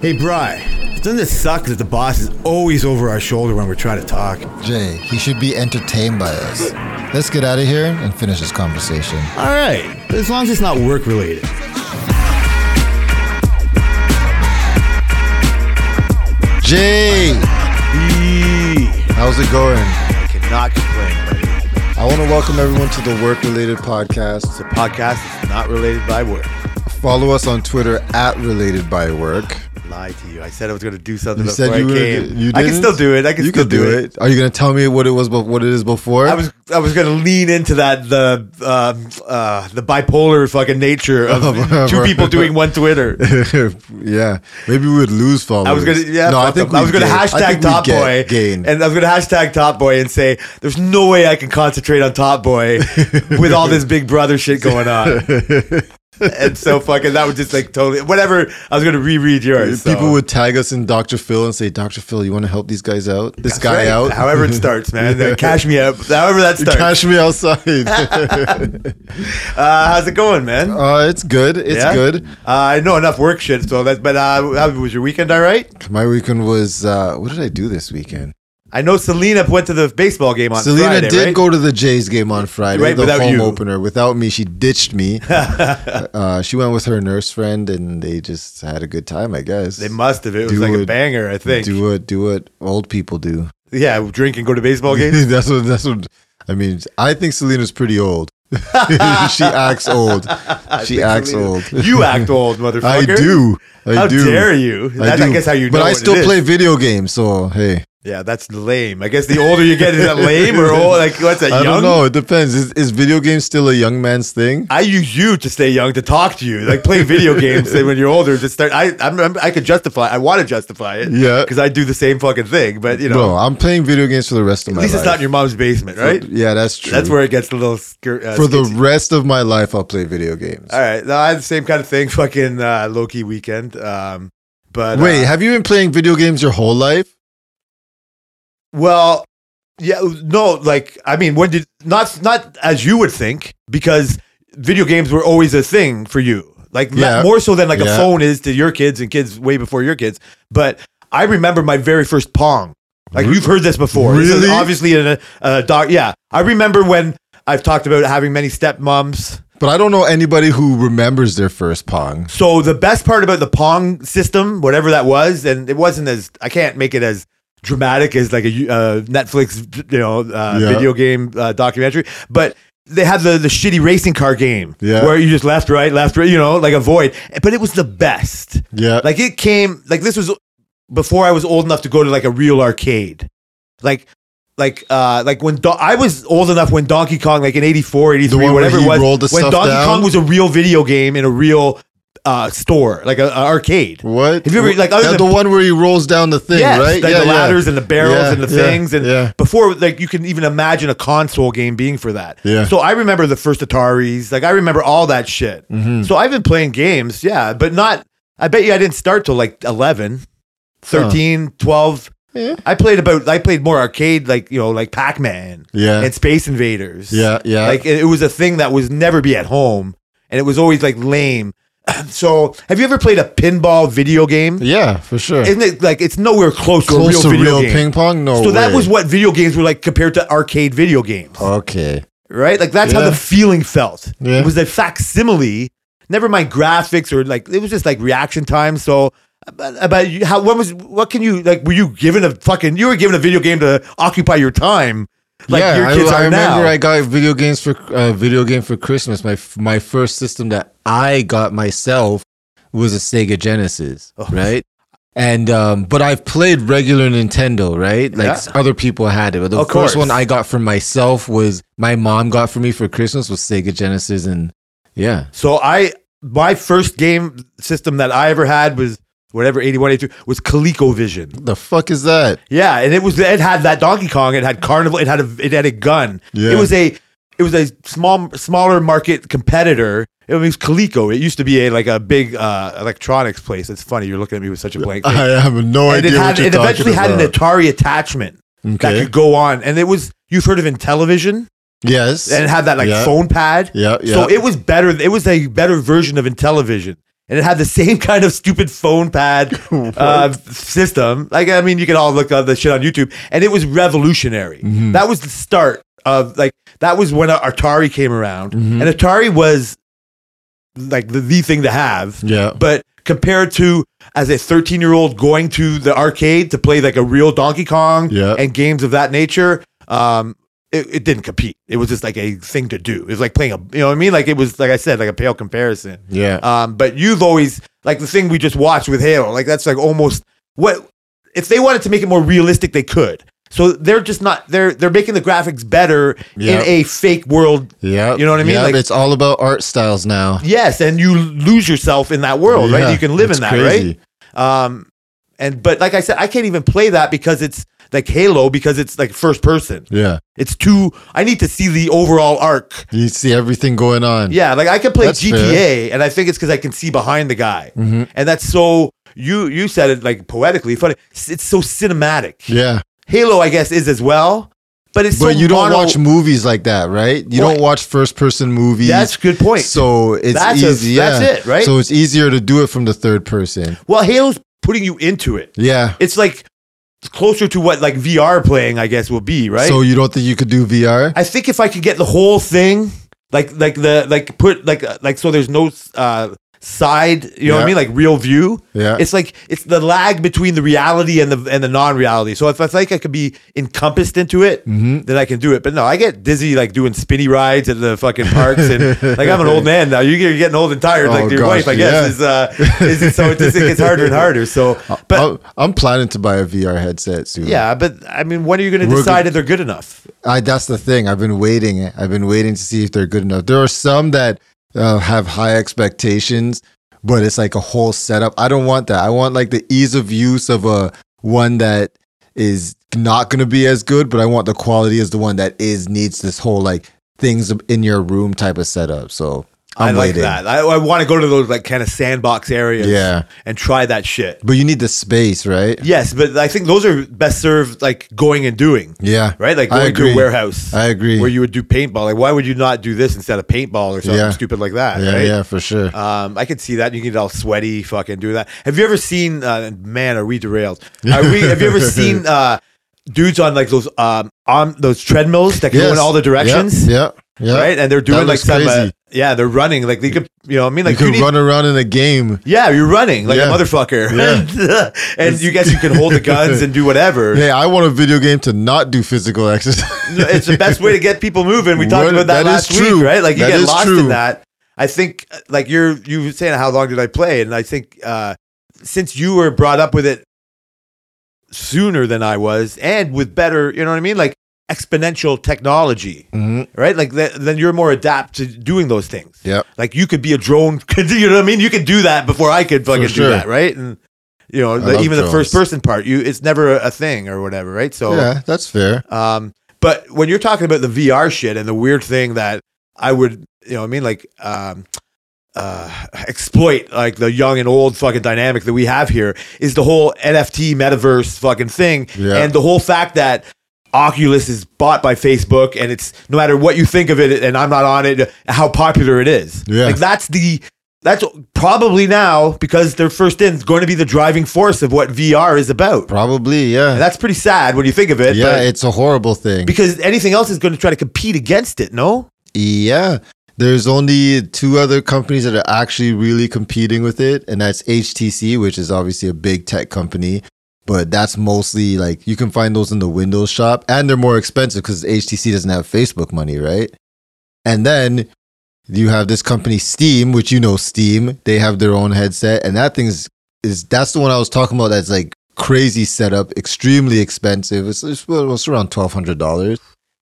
Hey, Bry, doesn't it suck that the boss is always over our shoulder when we're trying to talk? Jay, he should be entertained by us. Let's get out of here and finish this conversation. All right, but as long as it's not work related. Jay, how's it going? I cannot complain. buddy. I want to welcome everyone to the Work Related Podcast. The podcast is not related by work. Follow us on Twitter at Related by Work. Lied to you. I said I was going to do something You before said you I were. came. You I can didn't? still do it. I can you still could do it. Are you gonna tell me what it was? But what it is before? I was I was gonna lean into that the um, uh, the bipolar fucking nature of two people doing one Twitter. yeah, maybe we would lose followers. I was gonna yeah. No, I fuck think them. I was gonna hashtag Top Boy Gain. and I was gonna hashtag Top Boy and say there's no way I can concentrate on Top Boy with all this Big Brother shit going on. and so fucking that would just like totally whatever. I was gonna reread yours. so. People would tag us in Dr. Phil and say, Dr. Phil, you want to help these guys out? This That's guy right. out? However it starts, man. Cash me up. However that starts. Cash me outside. Uh, how's it going, man? uh, it's good. It's Yeah? good. Uh, I know enough work shit, so that's. But uh, how was your weekend? All right. My weekend was, uh, what did I do this weekend? I know Selena went to the baseball game on Selena Friday. did right? go to the Jays game on Friday, Right, the without home you. opener. Without me, she ditched me. uh, she went with her nurse friend and they just had a good time, I guess. They must have. It was Do like a it. banger, I think. do what do what old people do. Yeah, drink and go to baseball games. that's what that's what I mean. I think Selena's pretty old. she acts old. She acts Selena. old. You act old, motherfucker. I do. I how do. dare you? That, I, guess how you know But I what still it is. play video games, so hey. Yeah, that's lame. I guess the older you get, is that lame or old? Like what's that? I young? don't know. It depends. Is, is video games still a young man's thing? I use you to stay young to talk to you. Like play video games and when you're older. Just start. I I'm, I'm, I could justify. I want to justify it. Yeah. because I do the same fucking thing. But you know, Bro, I'm playing video games for the rest of at my least life. it's not in your mom's basement, right? Yeah, that's true. That's where it gets a little skir- uh, for the skitsy. rest of my life I'll play video games. All right, no, I had the same kind of thing. Fucking uh, low key weekend. Um, but uh, Wait, have you been playing video games your whole life? Well, yeah, no, like I mean, when did not not as you would think because video games were always a thing for you, like ma- Yeah. more so than like a Yeah. phone is to your kids and kids way before your kids. But I remember my very first Pong. Like you've heard this before. This is Really? obviously in a, a doc. Yeah, I remember when I've talked about having many stepmoms. But I don't know anybody who remembers their first Pong. So the best part about the Pong system, whatever that was, and it wasn't as I can't make it as dramatic as like a uh, Netflix, you know, uh, Yeah. video game uh, documentary, but. They had the, the shitty racing car game Yeah. where you just left, right, left, right, you know, like a void. But it was the best. Yeah. Like it came, like this was before I was old enough to go to like a real arcade. Like, like, uh, like when Don- I was old enough when Donkey Kong, like in 84, 83, one where whatever he it was, rolled the when stuff Donkey down? Kong was a real video game in a real uh, store, like an arcade. What? Have you ever, like, other That- than- the one where he rolls down the thing, Yes, right? like Yeah, the yeah. ladders and the barrels Yeah, and the yeah, things, and yeah. before, like you can even imagine a console game being for that. Yeah. So I remember the first Ataris, like I remember all that shit. Mm-hmm. So I've been playing games, yeah, but not. I bet you I didn't start till like 11, 13, 12. Yeah. I played about. I played more arcade, like you know, like Pac Man, Yeah. and Space Invaders, Yeah, yeah. Like it, it was a thing that was never be at home, and it was always like lame. so, have you ever played a pinball video game? yeah, for sure. Isn't it like it's nowhere close, Close to to a real video real game? ping pong? No. so that way. was what video games were like compared to arcade video games, Okay. right? Like that's how Yeah. the feeling felt. Yeah. It was a facsimile, never mind graphics or like it was just like reaction time. So about, about you, how when was what can you like? Were you given a fucking? You were given a video game to occupy your time, like yeah, your kids I, are I remember now. I got video games for uh, video game for Christmas. My f- my first system that I got myself was a Sega Genesis, right? And um, but I've played regular Nintendo, right? Like Yeah. s- other people had it, but the Of first one course. I got for myself was my mom got for me for Christmas was Sega Genesis, and yeah, so I my first game system that I ever had was whatever 81, 82 was ColecoVision. the fuck is that? Yeah, and it was it had that Donkey Kong, it had Carnival, it had a it had a gun. Yeah. It was a it was a small smaller market competitor. It was Coleco. It used to be a like a big uh, electronics place. It's funny you're looking at me with such a blank. face. I have no and it idea had what you're it talking eventually about. had an Atari attachment that okay. could go on, and it was you've heard of Intellivision, yes. and it had that like Yeah. phone pad. yeah. Yeah. So it was better. It was a better version of Intellivision. and it had the same kind of stupid phone pad uh, system. Like, I mean, you can all look up the shit on YouTube, and it was revolutionary. That was the start of like that was when Atari came around, and Atari was like the, the thing to have. Yeah. But compared to as a 13 year old going to the arcade to play like a real Donkey Kong Yeah. and games of that nature, um, it, it didn't compete. It was just like a thing to do. It was like playing a, you know what I mean? Like it was, like I said, like a pale comparison. Yeah. Um, but you've always like the thing we just watched with Halo. Like that's like almost what if they wanted to make it more realistic, they could. So they're just not they're they're making the graphics better Yep. in a fake world. yeah. you know what I mean? Yeah, Like- it's all about art styles now. Yes, and you lose yourself in that world, Yeah, right? You can live it's in that, crazy. right? Um, and but like I said, I can't even play that because it's like Halo because it's like first person. Yeah. It's too. I need to see the overall arc. You see everything going on. Yeah, like I can play That's GTA, fair. and I think it's because I can see behind the guy, Mm-hmm. and that's so. You you said it like poetically funny. S- It's so cinematic. Yeah. Halo, I guess, is as well, but it's But so you don't mono- watch movies like that, right? You Well, don't watch first person movies. That's a good point. So it's That's a- easy. yeah. that's it, right? So it's easier to do it from the third person. well, Halo's putting you into it. Yeah. It's like closer to what like VR playing, I guess, will be right. So you don't think you could do VR? I think if I could get the whole thing, like like the like put like uh, like so there's no uh side, you know what Yeah. I mean, like real view. Yeah. It's like it's the lag between the reality and the and the non-reality. So if I think I could be encompassed into it, Mm-hmm. then I can do it. But no, I get dizzy like doing spinny rides at the fucking parks and like I'm an old man now. You get- You're getting old and tired. Oh, like your gosh, wife, I guess, is uh is so it just it gets harder and harder. So but I'm- I'm planning to buy a VR headset soon. yeah, but I mean, when are you going to We're decide if they're good enough? I, that's the thing. I've been waiting. I've been waiting to see if they're good enough. There are some that uh, have high expectations, but it's like a whole setup. I don't want that. I want like the ease of use of a one that is not going to be as good, but I want the quality as the one that is needs this whole like things in your room type of setup. So i I'm like waiting. that. I, I want to go to those like kind of sandbox areas, Yeah. and try that shit. But you need the space, right? Yes, but I think those are best served like going and doing, Yeah. right? Like I going to agree. a warehouse. I agree. Where you would do paintball. Like, why would you not do this instead of paintball or something Yeah. stupid like that? Yeah, right? yeah, for sure. Um, I could see that. You can get all sweaty, fucking do that. Have you ever seen? Uh, man, are we derailed? Are we, have you ever seen uh, dudes on like those um, on those treadmills that go Yes. in all the directions? Yeah. Yeah. Right, and they're doing like looks some. Uh, crazy. yeah, they're running like they could. You know, what I mean, like you could need- run around in a game. Yeah, you're running like Yeah. a motherfucker. Yeah. and you guess you can hold the guns and do whatever. Hey, I want a video game to not do physical exercise. It's the best way to get people moving. We talked What- about that, that last is true. week, right? Like you That get is lost true. in that. I think uh, like you're you were saying how long did I play? And I think uh since you were brought up with it sooner than I was and with better, you know what I mean? Like exponential technology, Mhm. right? Like th- then you're more adapt to doing those things. Yep. Like you could be a drone. You know what I mean? You could do that before I could fucking sure. do that, right? And you know, the, love even the drones. first person part, you it's never a, a thing or whatever, right? So, Yeah, that's fair. um, but when you're talking about the VR shit and the weird thing that I would, you know, what I mean, like, um, uh, exploit like the young and old fucking dynamic that we have here is the whole NFT metaverse fucking thing, Yeah. and the whole fact that. Oculus is bought by Facebook, and it's no matter what you think of it, and I'm not on it. How popular it is, Yeah. Like that's the that's probably now because they're first in going to be the driving force of what VR is about. Probably, yeah. And that's pretty sad when you think of it. yeah, but- it's a horrible thing. because anything else is going to try to compete against it. No, yeah. There's only two other companies that are actually really competing with it, and that's HTC, which is obviously a big tech company, but that's mostly like you can find those in the Windows shop, and they're more expensive because HTC doesn't have Facebook money, right? And then you have this company Steam, which you know Steam, they have their own headset, and that thing's is that's the one I was talking about. That's like crazy setup, extremely expensive. It's it's, well, it's around twelve hundred dollars,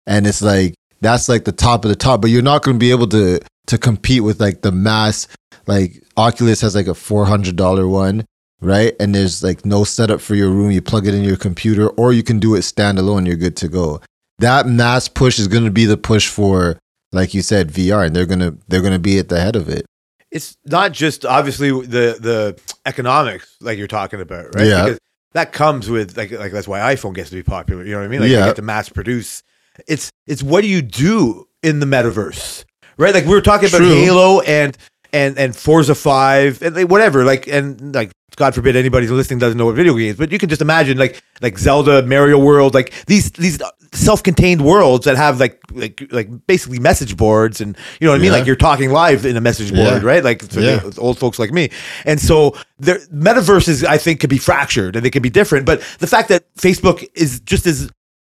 and it's like that's like the top of the top. But you're not going to be able to to compete with like the mass. Like Oculus has like a four hundred dollar one, right? And there's like no setup for your room. You plug it in your computer, or you can do it standalone. You're good to go. That mass push is going to be the push for, like you said, VR, and they're gonna they're gonna be at the head of it. it's not just obviously the the economics like you're talking about, right? Yeah. Because that comes with like like that's why iPhone gets to be popular. You know what I mean? Like Yeah. they get to mass produce. It's it's what do you do in the metaverse, right? Like we were talking about True. Halo and and and Forza Five and like, whatever. Like and like God forbid anybody listening doesn't know what video games, but you can just imagine like like Zelda, Mario World, like these these self-contained worlds that have like like like basically message boards and you know what I mean. Yeah. Like you're talking live in a message board, Yeah. right? Like for Yeah. the old folks like me. And so the metaverses, I think, could be fractured and they could be different. But the fact that Facebook is just as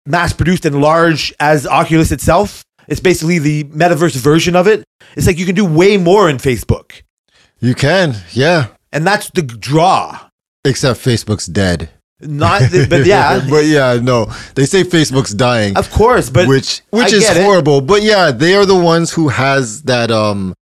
mass produced and large as Oculus itself. It's basically the metaverse version of it. It's like you can do way more in Facebook. You can, yeah. And that's the draw. Except Facebook's dead. Not but yeah, but yeah, no. They say Facebook's dying, of course, but which I which is get it. horrible. But yeah, they are the ones who has that um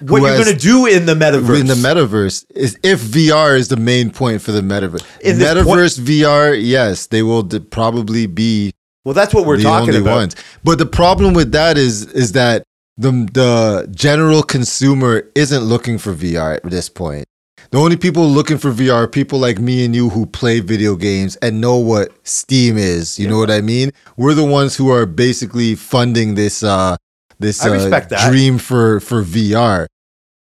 what who you're has- going to do in the metaverse. in the metaverse is if VR is the main point for the metaverse. In this metaverse VR, yes, they will d- probably be well, that's what we're the talking only about. ones. But the problem with that is is that the the general consumer isn't looking for VR at this point. The only people looking for VR are people like me and you who play video games and know what Steam is. You know what I mean? We're the ones who are basically funding this uh this I uh, respect that. dream for for VR.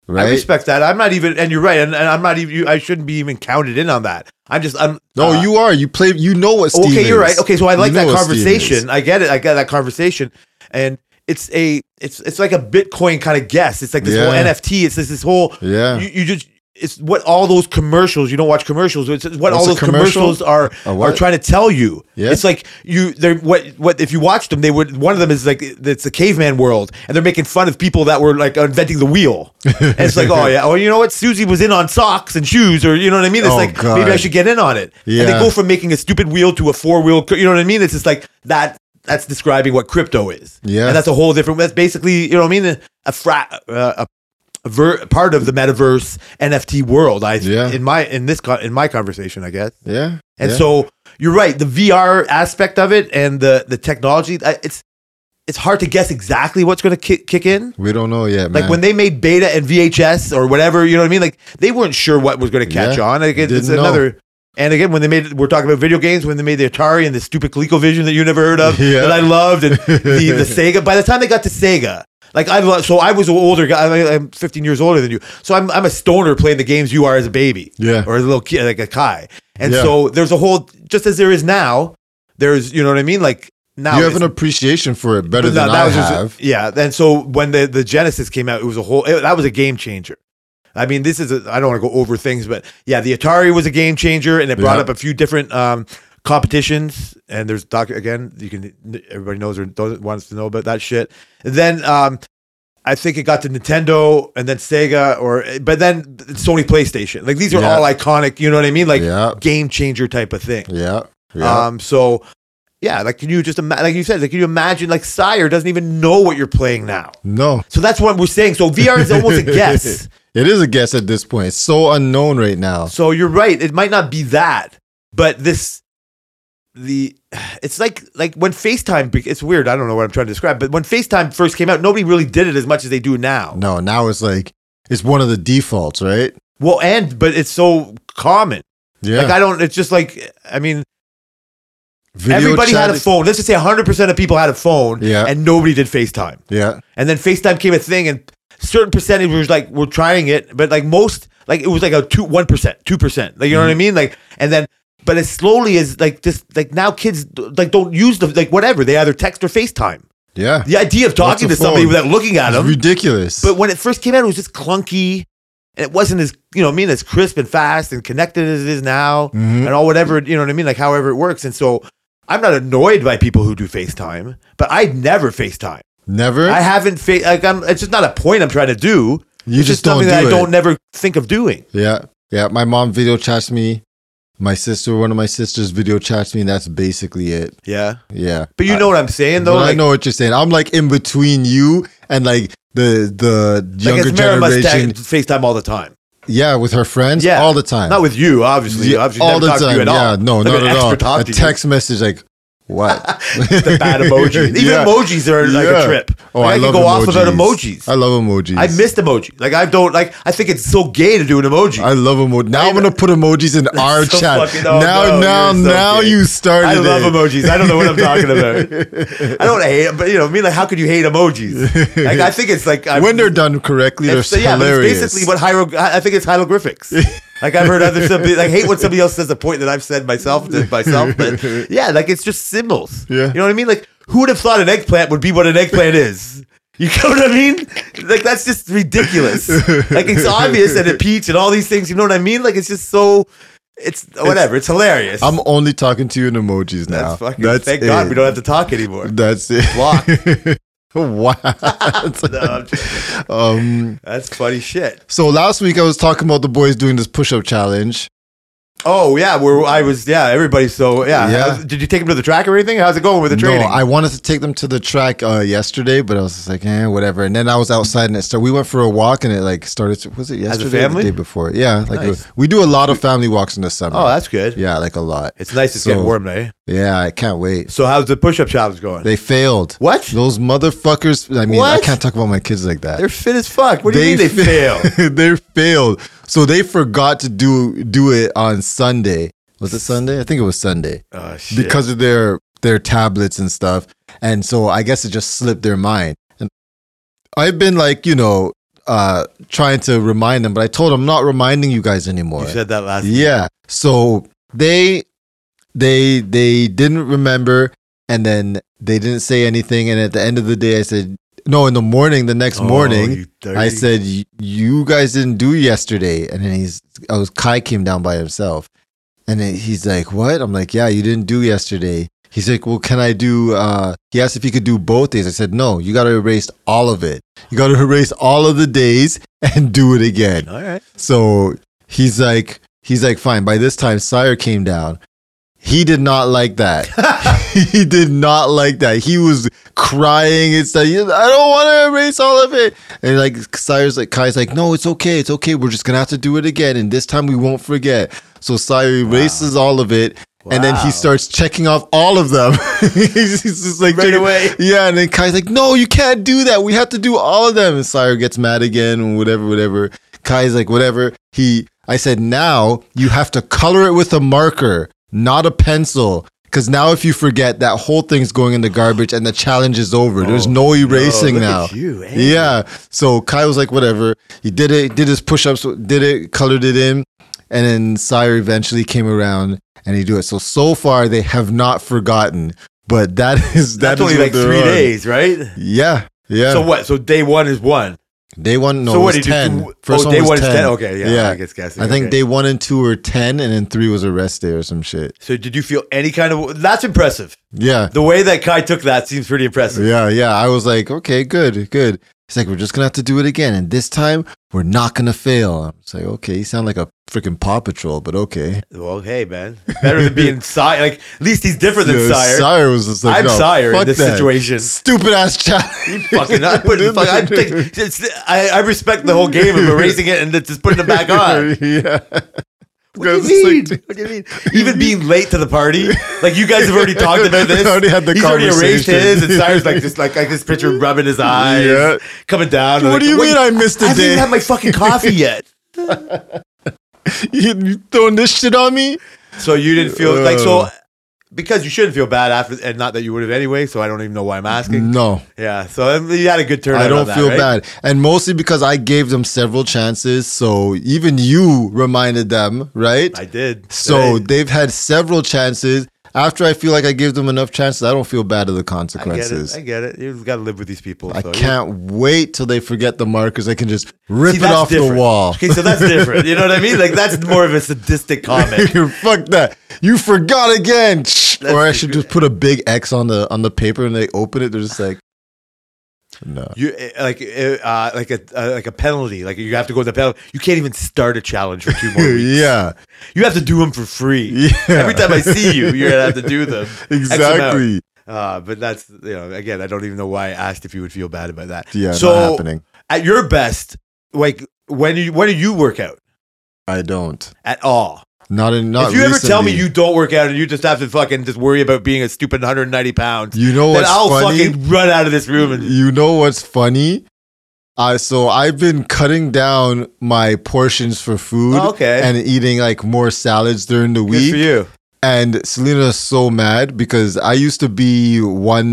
Right? I respect that. I'm not even and you're right and, and I'm not even you, I shouldn't be even counted in on that. I'm just I'm uh, no, Oh, you are. You play you know what Steam is. Okay, you're right. Okay, so I You like know that what Steam is. conversation. I get it. I get that conversation, and it's a it's it's like a Bitcoin kind of guess. It's like this whole Yeah. NFT. It's this this whole Yeah. You, you just it's what all those commercials. You don't watch commercials. It's what all What's a those commercial? commercials are A are what? trying to tell you. Yeah. It's like you they're what what if you watched them they would one of them is like it's the caveman world and they're making fun of people that were like inventing the wheel. and it's like oh yeah oh you know what Susie was in on socks and shoes or you know what I mean. It's Oh, like maybe I God. should get in on it. And they Yeah. go from making a stupid wheel to a four wheel. You know what I mean? It's just like that. That's describing what crypto is. Yeah. and that's a whole different. That's basically you know what I mean. A fra- uh, a ver- part of the metaverse NFT world. I Yeah. in my in this co- in my conversation, I guess. Yeah. And yeah. so you're right. The VR aspect of it and the the technology. I- It's it's hard to guess exactly what's going to kick kick in. we don't know yet, man. Like when they made beta and VHS or whatever, you know what I mean? Like they weren't sure what was going to catch Yeah, on. Like, it- it's didn't know. another. And again, when they made, we're talking about video games. When they made the Atari and the stupid ColecoVision that you never heard of, Yeah. that I loved, and the, the Sega. By the time they got to Sega, like I love, so I was an older guy. I- I'm 15 years older than you, so I'm I'm a stoner playing the games you are as a baby, Yeah. or as a little kid, like a kai. And Yeah. so there's a whole, just as there is now, there's you know what I mean. Like now, you have it's- an appreciation for it better but than no, I was just- have. yeah, and so when the the Genesis came out, it was a whole it- that was a game changer. I mean, this is a, I don't want to go over things, but yeah, the Atari was a game changer, and it brought Yeah. up a few different um, competitions. And there's doc again, you can everybody knows or doesn't wants to know about that shit. And then um, I think it got to Nintendo, and then Sega, or but then Sony PlayStation. Like these are Yeah. all iconic. You know what I mean? Like yeah, game changer type of thing. yeah, yeah. Um, so yeah, like can you just ima- like you said, like can you imagine like Sire doesn't even know what you're playing now. no, So that's what we're saying. So VR is almost a guess. it is a guess at this point. It's so unknown right now. So you're right. It might not be that, but this the it's like like when FaceTime be- it's weird. I don't know what I'm trying to describe, but when FaceTime first came out, nobody really did it as much as they do now. No, now it's like it's one of the defaults, right? Well, and but it's so common. Yeah, Like I don't it's just like I mean Video everybody chat had a is- phone. Let's just say 100% of people had a phone Yeah. and nobody did FaceTime. Yeah, And then FaceTime came a thing, and certain percentage was like we're trying it, but like most, like it was like a two one percent, two percent. Like you know Mm-hmm. what I mean? Like and then, but as slowly as like this, like now kids like don't use the like whatever they either text or FaceTime. yeah, The idea of talking to a somebody phone? without looking at it's them. ridiculous. But when it first came out, it was just clunky, and it wasn't as you know, what I mean, as crisp and fast and connected as it is now, Mm-hmm. and all whatever you know what I mean, like however it works. And so, I'm not annoyed by people who do FaceTime, but I'd never FaceTime. Never. I haven't fa- like I'm. It's just not a point I'm trying to do. You it's just don't something that do I it. don't never think of doing. yeah, yeah. My mom video chats me. My sister, one of my sisters, video chats me. And that's basically it. Yeah, Yeah, but you know what I'm saying though. But I like, know what you're saying. I'm like in between you and like the the like younger as Mara must generation. text- FaceTime all the time. Yeah, with her friends. Yeah. all the time. Not with you, obviously. Yeah, obviously, never talk to you at all. Yeah, no, Like, not an at all. extra talk A to you. text message like, What? the bad emojis. Even Yeah. emojis are like Yeah. a trip. Oh, Like, I, I, love can go emojis. off without emojis. I love emojis. I missed emoji. Like I don't like. I think it's so gay to do an emoji. I love emojis. Now I'm gonna put emojis in our so chat. fucking- oh, now, no, now, you're so now gay. you started. I love it. emojis. I don't know what I'm talking about. I don't hate, but you know, I mean, like, how could you hate emojis? Like, I think it's like I'm, When they're done correctly, they're it's, yeah, but hilarious. it's basically what hierog- I I think it's hieroglyphics. like I've heard other somebody like hate when somebody else says a point that I've said myself to myself, but yeah, like it's just symbols. Yeah. you know what I mean. Like, who would have thought an eggplant would be what an eggplant is? You know what I mean? Like that's just ridiculous. Like it's obvious and a peach and all these things. You know what I mean? Like it's just so. It's whatever. It's, hilarious. I'm only talking to you in emojis now. That's fucking. thank God it. we don't have to talk anymore. That's it. Block. what? No, I'm just- um, that's funny shit. so last week I was talking about the boys doing this push-up challenge. Oh yeah, where I was. Yeah, everybody. So yeah, Yeah. How's- did you take him to the track or anything? How's it going with the training? No, I wanted to take them to the track uh, yesterday, but I was just like, eh, whatever. And then I was outside, and it started. We went for a walk, and it like started. To, was it a yesterday? or family? the day before? Yeah, like Nice. we do a lot of family walks in the summer. oh, that's good. yeah, like a lot. It's nice. It's So- getting warm, eh? Yeah, I can't wait. So how's the push-up challenge going? They failed. what? Those motherfuckers. I mean, I What? can't talk about my kids like that. They're fit as fuck. What do you mean they fail? fa- they failed. So they forgot to do do it on Sunday. Was it Sunday? I think it was Sunday oh shit. because of their their tablets and stuff. And so I guess it just slipped their mind. And I've been like, you know, uh, trying to remind them, but I told them I'm not reminding you guys anymore. you said that last. Yeah. So they they they didn't remember and then they didn't say anything and at the end of the day I said no in the morning the next Oh, morning you dirty- I said "Y- you guys didn't do yesterday and then he's I was Kai came down by himself and then he's like what I'm like yeah you didn't do yesterday he's like well can I do uh he asked if he could do both days I said no you got to erase all of it you got to erase all of the days and do it again All right. so he's like, he's like, fine. By this time, Sire came down. He did not like that. he did not like that. He was crying and said, I don't want to erase all of it. And like Sire's like, Kai's like, no, it's okay. It's okay. We're just going to have to do it again. And this time we won't forget. So Sire erases all of it. And then Wow. he starts checking off all of them. he's just like Right checking- away. yeah, and then Kai's like, "No, you can't do that. We have to do all of them." And Sire gets mad again, and whatever, whatever. Kai's like, "Whatever." He, I said, "Now you have to color it with a marker, not a pencil, because now if you forget, that whole thing's going in the garbage, and the challenge is over. There's no erasing Oh, look now." at you, eh? Yeah. So Kai was like, "Whatever." He did it. Did his push-ups. Did it. Colored it in, and then Sire eventually came around. And he do it. So so far they have not forgotten, but that is that That's is only what like they're three on. days, right? Yeah, yeah. So what? So day one is one. day one, no, so it what was did ten. you do? First oh, one day was one 10. is ten. Okay, yeah. yeah. I guess guessing. I think okay. day one and two were ten, and then three was a rest day or some shit. So did you feel any kind of? That's impressive. Yeah, The way that Kai took that seems pretty impressive. yeah, yeah. I was like, okay, good, good. He's like, we're just gonna have to do it again, and this time we're not gonna fail. I'm just like, okay, you sound like a freaking Paw Patrol, but okay. Well, hey man, better than being sire. Like at least he's different than Yeah, sire. was just like, I'm no, Sire in fuck this that. situation. Stupid ass You challenge. fucking, I, put, fuck, I, think, it's- I, I respect the whole game of erasing it and then just putting it back on. yeah. What do you mean? What do you mean? Even being late to the party, like you guys have already talked about this. We already had the He's already erased conversation. his, and Sire's like just like I just picture him rubbing his eyes, Yeah. coming down. What like, do you mean I missed a I haven't day? even had my fucking coffee yet. you, you throwing this shit on me? So you didn't feel like so Uh. because you shouldn't feel bad after, and not that you would have anyway. So I don't even know why I'm asking. No, Yeah, so um, you had a good turn. I don't feel bad. And mostly because I gave them several chances. So even you reminded them, right? I did. so Right. they've had several chances. After I feel like I gave them enough chances, I don't feel bad of I get the it. consequences. I I, get it. You've got to live with these people. so you- can't wait till they forget the markers. I can just rip See, it that's off different. the wall. Okay, so that's different. You know what I mean? Like that's more of a sadistic comment. Fuck that! You forgot again. or I should the- just put a big X on the on the paper, and they open it. They're just like, no. You eh, like eh, uh, like a uh, like a penalty. Like you have to go to the penalty. You can't even start a challenge for two more. weeks. yeah. You have to do them for free. Yeah. Every time I see you, you're gonna have to do them. X amount. Exactly. Uh, but that's you know again, I don't even know why I asked if you would feel bad about that. Yeah, So not happening. at your best, like when do you when do you work out I don't. at all? Not in. Not if you ever tell me recently. you don't work out and you just have to fucking just worry about being a stupid 190 pounds, You know then what's I'll funny? fucking run out of this room. And You know what's funny? I so I've been cutting down my portions for food Oh, okay. and eating like more salads during the good week. for you. And Selena's so mad because I used to be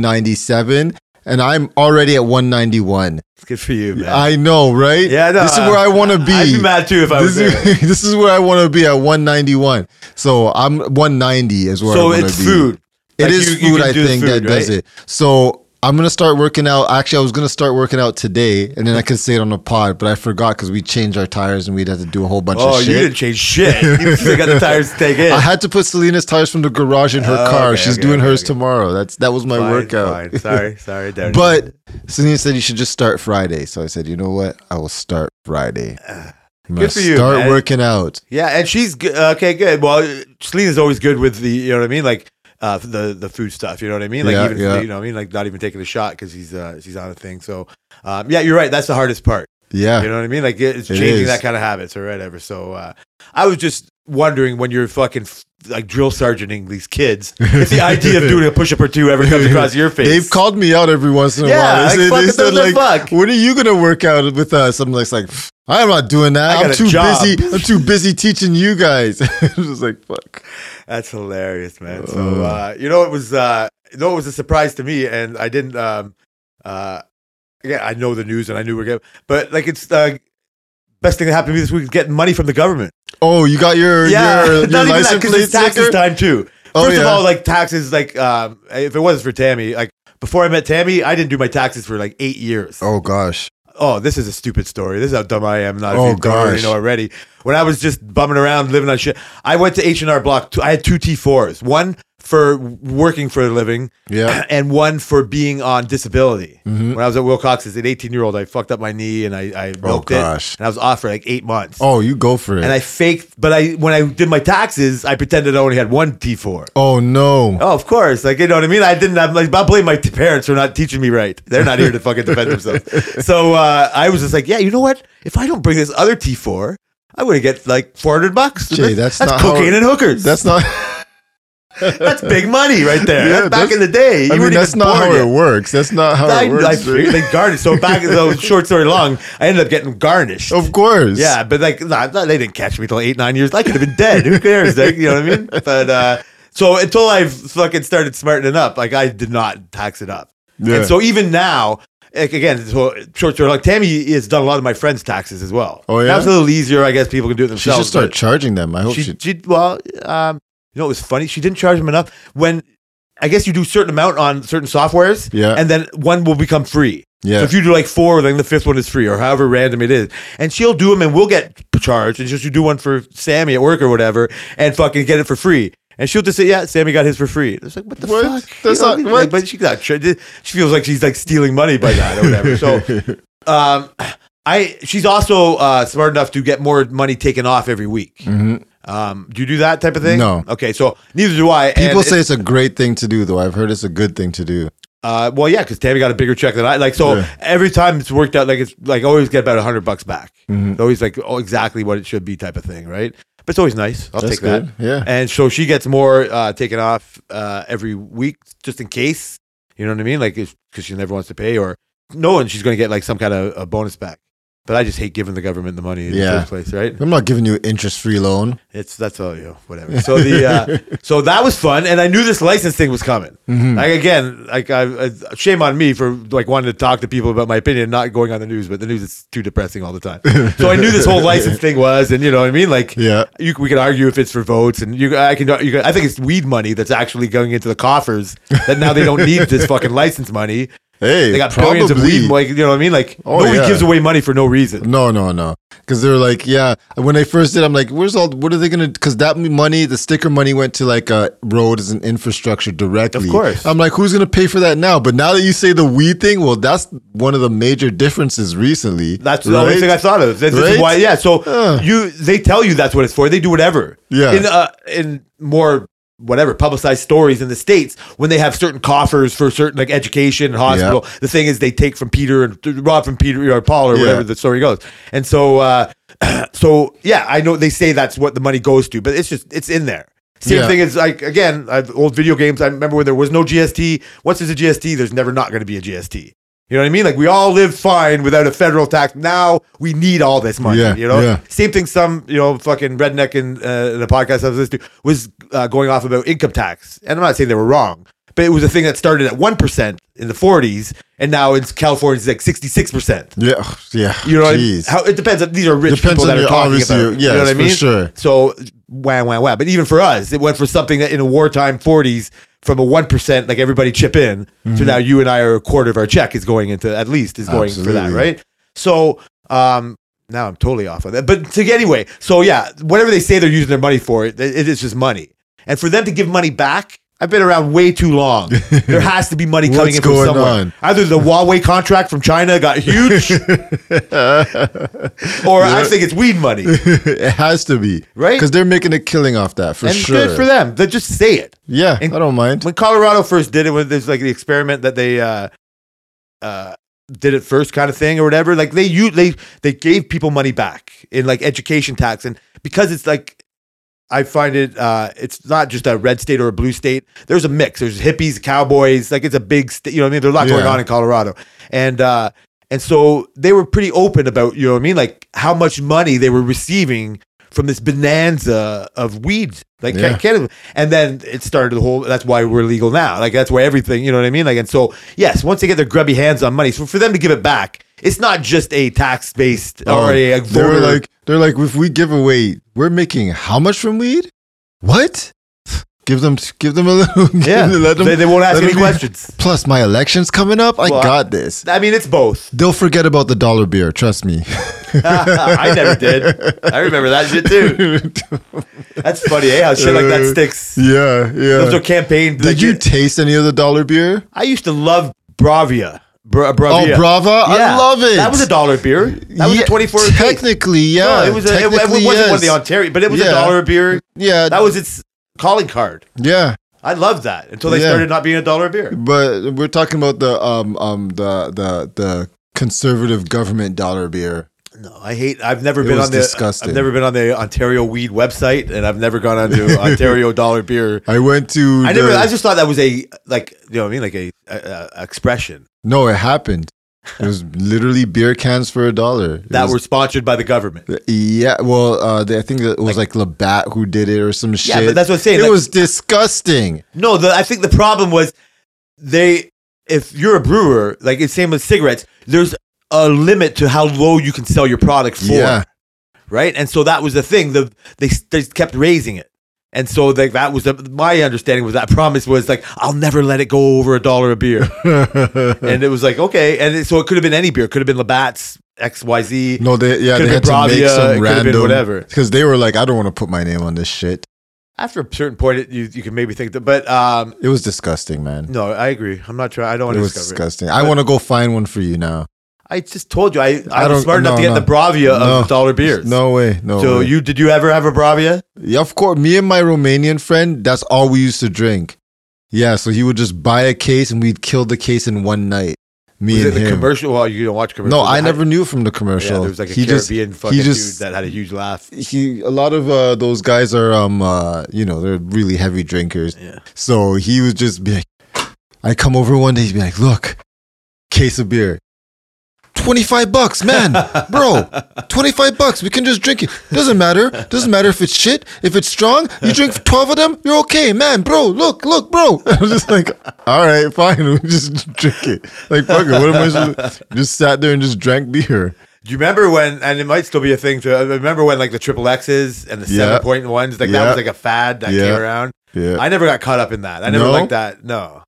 197 and I'm already at 191. It's good for you, man. I know, right? Yeah, I know. This is where I want to be. I'd be mad too if I was This there. is, this is where I want to be at 191. So I'm 190 is where I So wanna it's be. food. It Like, is you- you food, can I do the think, that food, does right? it. So I'm gonna start working out. Actually, I was gonna start working out today, and then I could say it on the pod, but I forgot because we changed our tires and we'd have to do a whole bunch Oh, of you didn't shit. change shit. You still got the tires to take in. I had to put Selena's tires from the garage in her Oh, car. okay, She's okay, doing okay, hers okay. tomorrow. That's that was my Fine, workout. fine. Sorry, sorry, Darren. But Selena said you should just start Friday. So I said, you know what? I will start Friday. I'm gonna Uh, for you, Start man. working out. yeah, and she's g- okay. Good. Well, Selena's always good with the. You know what I mean? Like. Uh, the the food stuff, you know what I mean? Like Yeah, even yeah. you know what I mean? Like not even taking a shot because he's uh she's on a thing. So um, yeah, you're right. That's the hardest part. Yeah. You know what I mean? Like it's It changing is. that kind of habits or whatever. So uh, I was just wondering when you're fucking f- like drill sergeanting these kids, if the idea of doing a push up or two ever comes across your face. They've called me out every once in a Yeah, while. like, They, fuck they it, said, what the like, fuck? when are you gonna work out with us? I'm just like, "Pff, I'm not doing I that. got I'm a too job." busy. I'm too busy teaching you guys. I was like, fuck. That's hilarious, man. So uh, you know it was uh, no, it was a surprise to me, and I didn't. Um, uh, yeah, I know the news, and I knew we are getting, but like it's uh, best thing that happened to me this week is getting money from the government. Oh, you got your Yeah, your, not your even that license because plate it's taxes sticker? time too. Oh, First of yeah. all, like taxes, like um, if it wasn't for Tammy, like before I met Tammy, I didn't do my taxes for like eight years. Oh, Oh gosh. this is a stupid story. This is how dumb I am. Not Oh, if you don't already gosh. know already. When I was just bumming around, living on shit, I went to H and R Block. Two- I had two T fours, one for working for a living, Yeah. and one for being on disability. Mhm. When I was at Wilcox's, an eighteen year old, I fucked up my knee and I I milked Oh, gosh. it, and I was off for like eight months. Oh, you go for it. And I faked, but I when I did my taxes, I pretended I only had one T four. oh no. Oh, of course. Like, you know what I mean? I didn't, I'm like, I blame my t- parents for not teaching me right. They're not here to fucking defend themselves. So uh, I was just like, yeah, you know what? If I don't bring this other T4, I would get like 400 bucks. Jay, that's not how- cocaine and hookers. That's, That's not. big money right there. Yeah, That's back that's- in the day. I mean, weren't that's even born not how yet. it works. That's not how I, I it works. figured they garnished. So back, so short story long, I ended up getting garnished. of course. Yeah, but like, nah, nah, they didn't catch me till eight, nine years. I could have been dead. Who cares? Like, you know what I mean? But uh, so until I fucking started smartening up, like I did not tax it up. Yeah. And so even now, like again, so short story, like Tammy has done a lot of my friends' taxes as well. Oh, yeah? that was a little easier. I guess people can do it She should themselves. start but charging them. I hope She, she. she- well, um, you know, it was funny. She didn't charge them enough when. I guess you do certain amount on certain softwares, Yeah. and then one will become free. Yeah. So if you do like four, then the fifth one is free, or however random it is. And she'll do them, and we'll get charged. And just you do one for Sammy at work or whatever, and fucking get it for free. And she'll just say, "Yeah, Sammy got his for free." It's like, what the What? fuck? That's You know not- I mean? what? Like, but she got. Tra- she feels like she's like stealing money by that or whatever. So, um, I she's also uh, smart enough to get more money taken off every week. Mhm. Um, do you do that type of thing? No. Okay, so neither do I. and People it- say it's a great thing to do, though. I've heard it's a good thing to do. uh, well, yeah, because Tammy got a bigger check than I. Like, so Yeah. every time it's worked out, like it's like I always get about hundred bucks back. Mhm. It's always like oh, exactly what it should be, type of thing, right? But it's always nice. I'll That's take that. good. Yeah. And so she gets more uh, taken off uh, every week, just in case. You know what I mean? Like, because she never wants to pay, or knowing she's going to get like some kind of a bonus back. But I just hate giving the government the money in Yeah. the first place, right? I'm not giving you an interest-free loan. It's that's all you know, whatever. So the uh, so that was fun, and I knew this license thing was coming. Hmm. Mm-hmm. Like again, like I, I, shame on me for like wanting to talk to people about my opinion, not going on the news. But the news is too depressing all the time. so I knew this whole license thing was, and you know what I mean. Like Yeah. you, we could argue if it's for votes, and you, I can, you, can- I think it's weed money that's actually going into the coffers that now they don't need this fucking license money. Hey, They got probably. billions of weed, like you know what I mean. Like Oh, nobody yeah. gives away money for no reason. No, no, no. Because they're like, yeah. When they first did, I'm like, where's all? What are they gonna? Because that money, the sticker money, went to like uh, roads and infrastructure directly. Of course. I'm like, who's gonna pay for that now? But now that you say the weed thing, well, that's one of the major differences recently. That's the only right? thing I thought of. This Right? is why, yeah. So Huh. you, they tell you that's what it's for. They do whatever. Yeah. In uh, in more whatever publicized stories in the states when they have certain coffers for certain like education and hospital. The thing is they take from Peter and rob from Peter or Paul or Yeah. whatever the story goes. And so uh, so yeah, I know they say that's what the money goes to, but it's just it's in there. Same Yeah. thing as like again, i old video games. I remember when there was no GST. Once there's a GST, there's never not going to be a GST. You know what I mean? Like we all lived fine without a federal tax. Now we need all this money. Yeah, you know, yeah. same thing. Some you know fucking redneck in, uh, in the podcast I was listening to was uh, going off about income tax, and I'm not saying they were wrong, but it was a thing that started at one percent in the 40s, and now in California it's like 66 percent. Yeah, ugh, yeah. You know, what I mean? Jeez. how it depends. on These are rich Depends people that on are your- talking obviously, about. your- it. you know yes, what I for mean? sure. So wah wah wah. But even for us, it went for something that in the wartime forties from a one percent, like everybody chip in, Mm-hmm. to now you and I are a quarter of our check is going into at least is going for that, Absolutely. right? So um, now I'm totally off on that. But to, anyway, so yeah, whatever they say they're using their money for, it, it is just money. And for them to give money back, I've been around way too long. There has to be money coming What's in from going somewhere. on? Either the Huawei contract from China got huge, or I think it's weed money. it has to be Right? because they're making a killing off that for and sure. good for them. They just say it. Yeah, And- I don't mind. When Colorado first did it, when there's like the experiment that they uh, uh, did it first, kind of thing or whatever. Like they you they they gave people money back in like education tax, and because it's like I find it uh, it's not just a red state or a blue state. There's a mix. There's hippies, cowboys. Like it's a big state. You know what I mean? There's a lot going Yeah. on in Colorado, and uh, and so they were pretty open about you know what I mean, like how much money they were receiving from this bonanza of weeds, like Yeah. cannabis. And then it started the whole. That's why we're legal now. Like that's why everything. You know what I mean? Like and so yes, once they get their grubby hands on money, so for them to give it back, it's not just a tax based or a, a they were voter- like, Oh, Um, they're like, if we give away, we're making how much from weed? What? Give them, give them a little. give yeah, them- let them- they, they won't ask let any them be- questions. Plus, my election's coming up. I Well, got this. I mean, it's both. They'll forget about the dollar beer. Trust me. I never did. I remember that shit too. yeah, That's funny, eh? How shit like that sticks. Those Uh, yeah. are campaign. Did you taste any of the dollar beer? I used to love Bravia. Bra- Oh, Bravia. Brava! I Yeah. love it. That was a dollar beer. That was Yeah, a 24 case. Technically, yeah. No, it was a, it, it wasn't Technically, one of the yes. Ontario, but it was Yeah. a dollar beer. Yeah, That was its calling card. yeah. I loved that until they Yeah. started not being a dollar beer. But we're talking about the um um the the the conservative government dollar beer. No, I hate. I've never It been was on the. disgusting. I've never been on the Ontario weed website, and I've never gone onto Ontario dollar beer. I went to. I never. the- I just thought that was a like you know what I mean, like a, a, a expression no, it happened. It was literally beer cans for a dollar. It that was- were sponsored by the government. Yeah, well, uh, they, I think it was like, Labatt who did it or some shit. Yeah, but that's what I'm saying. it like- was disgusting. No, the, I think the problem was they. If you're a brewer, like it's same with cigarettes, there's a limit to how low you can sell your product for, Yeah, right? And so that was the thing. The they, they kept raising it, and so like that was the, my understanding was that promise was like I'll never let it go over a dollar a beer, and it was like okay, and it, so it could have been any beer, It could have been Labatt's X Y Z. no, they yeah Could've they had been to make Bravia, it some could've been random whatever. because they were like, I don't want to put my name on this shit. After a certain point, it, you you can maybe think that, but um, It was disgusting, man. no, I agree. I'm not trying. I don't want it to was discover. it. disgusting. I want to go find one for you now. I just told you I, I, I was don't- smart enough no, to get no. the Bravia of No. dollar beers. No way, no. So way. you did you ever have a Bravia? Yeah, of course. Me and my Romanian friend, that's all we used to drink. Yeah, so he would just buy a case and we'd kill the case in one night. Me Was it and the him. commercial? Well, you don't watch no, commercials. I It never had- knew from the Yeah, commercial. there was like a he just, Caribbean fucking he just, dude that had a huge laugh. he. A lot of uh, those guys are um uh you know they're really heavy drinkers. Yeah. So he would just be like, I come over one day, he'd be like, look, case of beer. 25 bucks, man, bro. 25 bucks. We can just drink it. Doesn't matter. Doesn't matter if it's shit, if it's strong. You drink 12 of them, you're okay, man, bro. Look, look, bro. I'm just like, all right, fine. We just drink it. Like, fuck it. What am I supposed- just sat there and just drank beer? Do you remember when? And it might still be a thing. To I remember when like the triple X's and the Yeah. seven point ones, like that Yeah. was like a fad that Yeah. came around. Yeah. I never got caught up in that. I never No? liked that. No,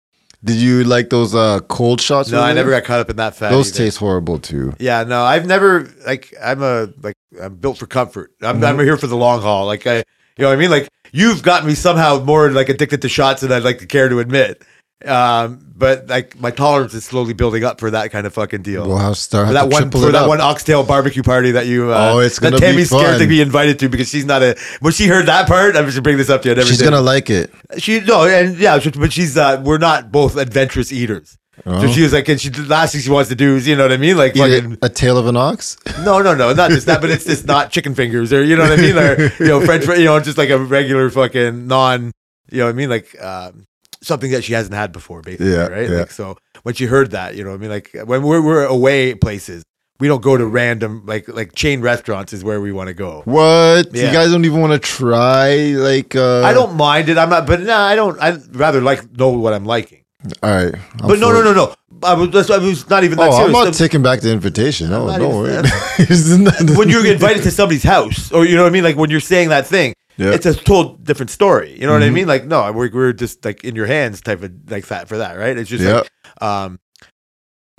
Did you like those uh, cold shots? no, with I it? never got caught up in that fad. Those either. taste horrible too. Yeah, no, I've never like I'm a like I'm built for comfort. I'm I'm Mm-hmm. here for the long haul. Like I, you know what I mean. Like you've got me somehow more like addicted to shots than I'd like to care to admit. Um, but like my tolerance is slowly building up for that kind of fucking deal. We'll have start For have that to one, triple for it that up. one oxtail barbecue party that you, uh, Oh, it's gonna that be Tammy's scared to fun. be invited to because she's not a. When she heard that part, I'm just bring this up to you. I never She's did. gonna like it. She no, and yeah, she- but she's uh, we're not both adventurous eaters. So she was like, and she the last thing she wants to do is, you know what I mean? Like Oh. Eat it- fucking a tail of an ox. no, no, no, not just that, but it's just not chicken fingers or you know what I mean, or you know French, fri- you know, just like a regular fucking non, you know what I mean, like um something that she hasn't had before, basically, Yeah, right? yeah. Like so, when she heard that, you know, what I mean, like when we're we're away places, we don't go to random like like chain restaurants is where we want to go. What? You Yeah. guys don't even want to try? Like, uh, I don't mind it. I'm not, but no, I don't. I'd rather like know what I'm liking. All right, but no, no, no, no. I was, that's- I was not even that Oh, I'm serious. not The- taking back the invitation. No, not don't even- worry. This is not- when you're invited to somebody's house, or you know what I mean, like when you're saying that thing, Yeah. Mm-hmm. it's a total different story. You know what I mean? Like, no, we're, we're just like in your hands type of like that for that, right? It's just like, um,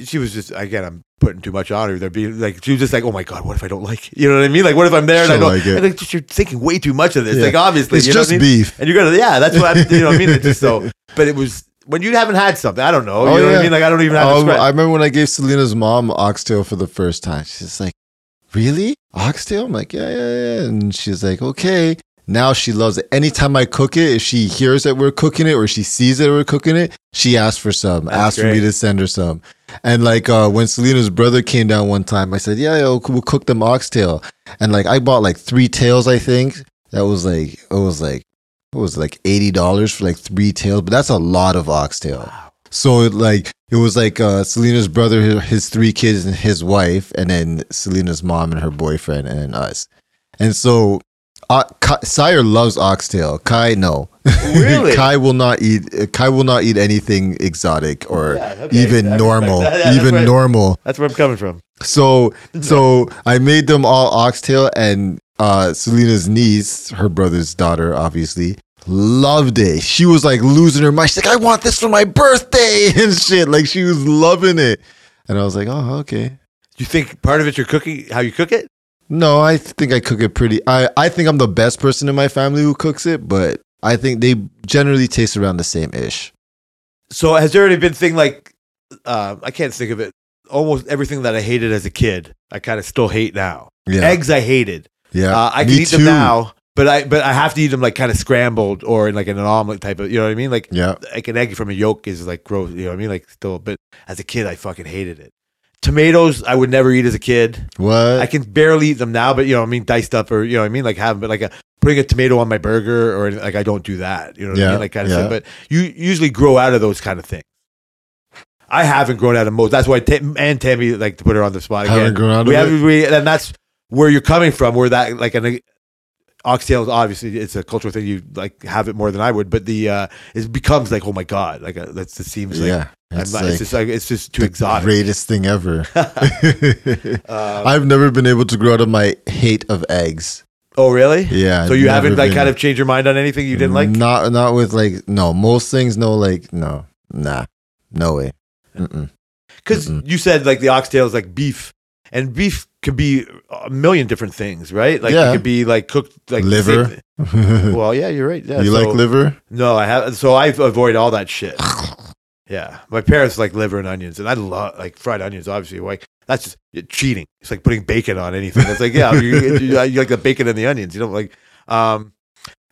she was just again, I'm putting too much on her. There be like, she was just like, oh my god, what if I don't like it? You know what I mean? Like, what if I'm there and I She'll don't like it. And, like, just, you're thinking way too much of this. Yeah. Like, obviously, it's you know just what I mean? beef. And you're gonna, yeah, that's what I, you know what I mean. It's just so, but it was when you haven't had something. I don't know. Oh, you know what yeah. I mean? Like, I don't even have. to Um, describe. I remember when I gave Selena's mom oxtail for the first time. She's just like, "Really, oxtail?" I'm like, "Yeah, yeah, yeah." And she's like, "Okay." Now she loves it. Anytime I cook it, if she hears that we're cooking it or she sees that we're cooking it, she asks for some. That's asks for me great. to send her some. And like uh, when Selena's brother came down one time, I said, "Yeah, yeah, we'll we'll cook them oxtail." And like I bought like three tails, I think. That was like it was like it was like eighty dollars for like three tails, but that's a lot of oxtail. So it like it was like uh, Selena's brother, his, his three kids, and his wife, and then Selena's mom and her boyfriend, and us. And so, uh, Ka- Sire loves oxtail. Kai no, Really? Kai will not eat. uh, Kai will not eat anything exotic or Yeah, okay, I even respect normal. that. Yeah, that's even right. normal. that's where I'm coming from. So so I made them all oxtail, and uh, Selena's niece, her brother's daughter, obviously loved it. She was like losing her mind. She's like, I want this for my birthday and shit. Like she was loving it, and I was like, oh okay. You think part of it's your cooking, how you cook it? No, I think I cook it pretty. I I think I'm the best person in my family who cooks it, but I think they generally taste around the same ish. So has there already been thing like uh, I can't think of it. Almost everything that I hated as a kid, I kind of still hate now. Yeah, Eggs I hated. yeah. Uh, I Me can eat too. them now, but I but I have to eat them like kind of scrambled or in like an omelet type of. You know what I mean? Like Yeah, like an egg from a yolk is like gross. You know what I mean? Like still, but as a kid, I fucking hated it. Tomatoes I would never eat as a kid. what? I can barely eat them now, but you know what I mean, diced up or you know what I mean, like have but like a putting a tomato on my burger or anything, like I don't do that. You know what Yeah, I mean, like kind of yeah. thing. But you usually grow out of those kind of things. I haven't grown out of most. That's why Tam- and Tammy like to put her on the spot again. Haven't grown out of we it? haven't. We, and that's where you're coming from. Where that like an oxtail is obviously it's a cultural thing. You like have it more than I would, but the uh it becomes like oh my god, like uh, that's it seems like. yeah, I'm it's not- like it's just like it's just too the exotic. greatest thing ever. Uh, I've never been able to grow out of my hate of eggs. oh really? Yeah. So you never haven't like been- kind of changed your mind on anything you didn't like? Not not with like no most things no like no nah no way. Mm-mm. Because Mm-mm. you said like the oxtail is like beef, and beef could be a million different things, right? Like Yeah. it could be like cooked like Liver. same- well, yeah, you're right. Yeah, you so- like liver? No, I have. So I avoid all that shit. yeah, my parents like liver and onions, and I love like fried onions. Obviously, like that's just you're cheating. It's like putting bacon on anything. It's like yeah, you, you, you like the bacon and the onions. You don't like. um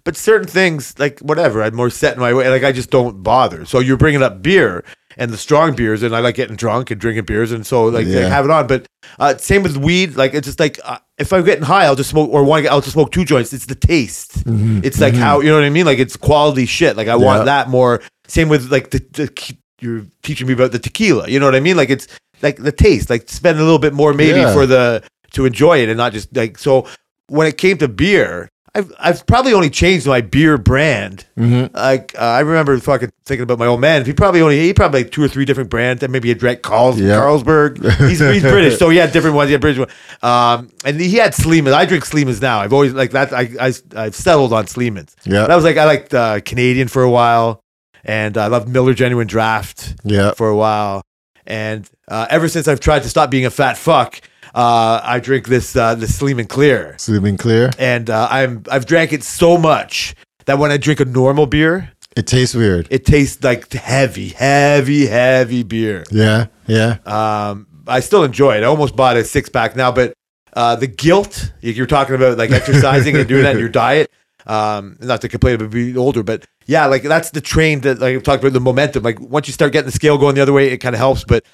but certain things, like whatever, I'm more set in my way. Like I just don't bother. So you're bringing up beer and the strong beers, and I like getting drunk and drinking beers, and so like, Yeah. like have it on. But uh, same with weed. Like it's just like uh, if I'm getting high, I'll just smoke or want to. I'll just smoke two joints. It's the taste. It's like how you know what I mean. Like it's quality shit. Like I Mm-hmm. Yeah. want that more. Same with like the, the you're teaching me about the tequila. You know what I mean? Like it's like the taste. Like spend a little bit more maybe Yeah. for the to enjoy it and not just like so. When it came to beer, I've I've probably only changed my beer brand. hmm Like uh, I remember fucking thinking about my old man. He probably only he probably like two or three different brands. And maybe he drank Carl's, Yeah. Carlsberg. He's, he's British, so he had different ones. He had British one. Um, and he had Sleeman's. I drink Sleeman's now. I've always like that. I, I I've settled on Sleeman's. Yeah. And I was like I liked uh, Canadian for a while, and I loved Miller Genuine Draft Yeah. for a while. And uh, ever since I've tried to stop being a fat fuck, uh, I drink this uh, this Sleeman Clear Sleeping clear. and uh, I'm I've drank it so much that when I drink a normal beer, It tastes weird. it tastes like heavy, heavy, heavy beer. yeah. Yeah. Um, I still enjoy it. I almost bought a six pack now, but uh, the guilt like you're talking about, like exercising and doing that in your diet. Um, not to complain about being older, but yeah, like that's the train that like I've talked about the momentum. Like once you start getting the scale going the other way, it kind of helps. But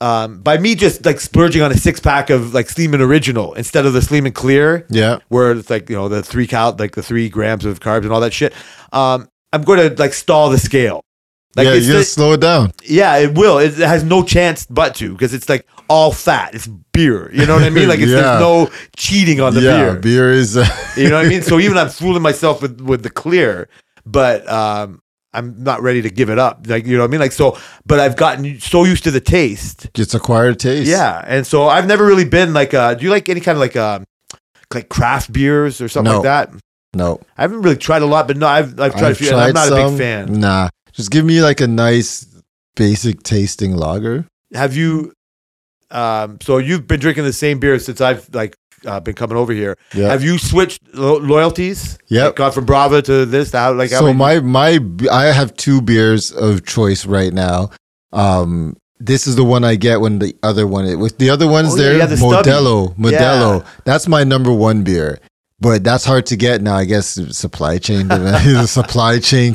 um, by me just like splurging on a six pack of like Sleeman Original instead of the Sleeman Clear, Yeah. where it's like you know the three cal like the three grams of carbs and all that shit. Um, I'm going to like stall the scale. Like yeah, it's you the- just slow it down. yeah, it will. It, it has no chance but to because it's like all fat. It's beer. You know what I mean? Like it's, Yeah. there's no cheating on the yeah, beer. beer is. Uh, You know what I mean? So even I'm fooling myself with with the clear, but um, I'm not ready to give it up. Like you know what I mean? Like so, but I've gotten so used to the taste. it's acquired taste. Yeah, and so I've never really been like. Uh, do you like any kind of like um, like craft beers or something No. like that? No, I haven't really tried a lot, but no, I've I've tried a I've few. and I'm tried not a some. big fan. Nah, just give me like a nice, basic tasting lager. Have you? Um, so you've been drinking the same beer since I've like uh, been coming over here. Yeah. Have you switched lo- loyalties? Yep. Like, gone from Brava to this. To how, like how so many- my my I have two beers of choice right now. Um, this is the one I get when the other one it with the other ones Oh, yeah, there yeah, the stubby. Modelo Modelo. Yeah. That's my number one beer. But that's hard to get now. I guess supply chain, it's a supply chain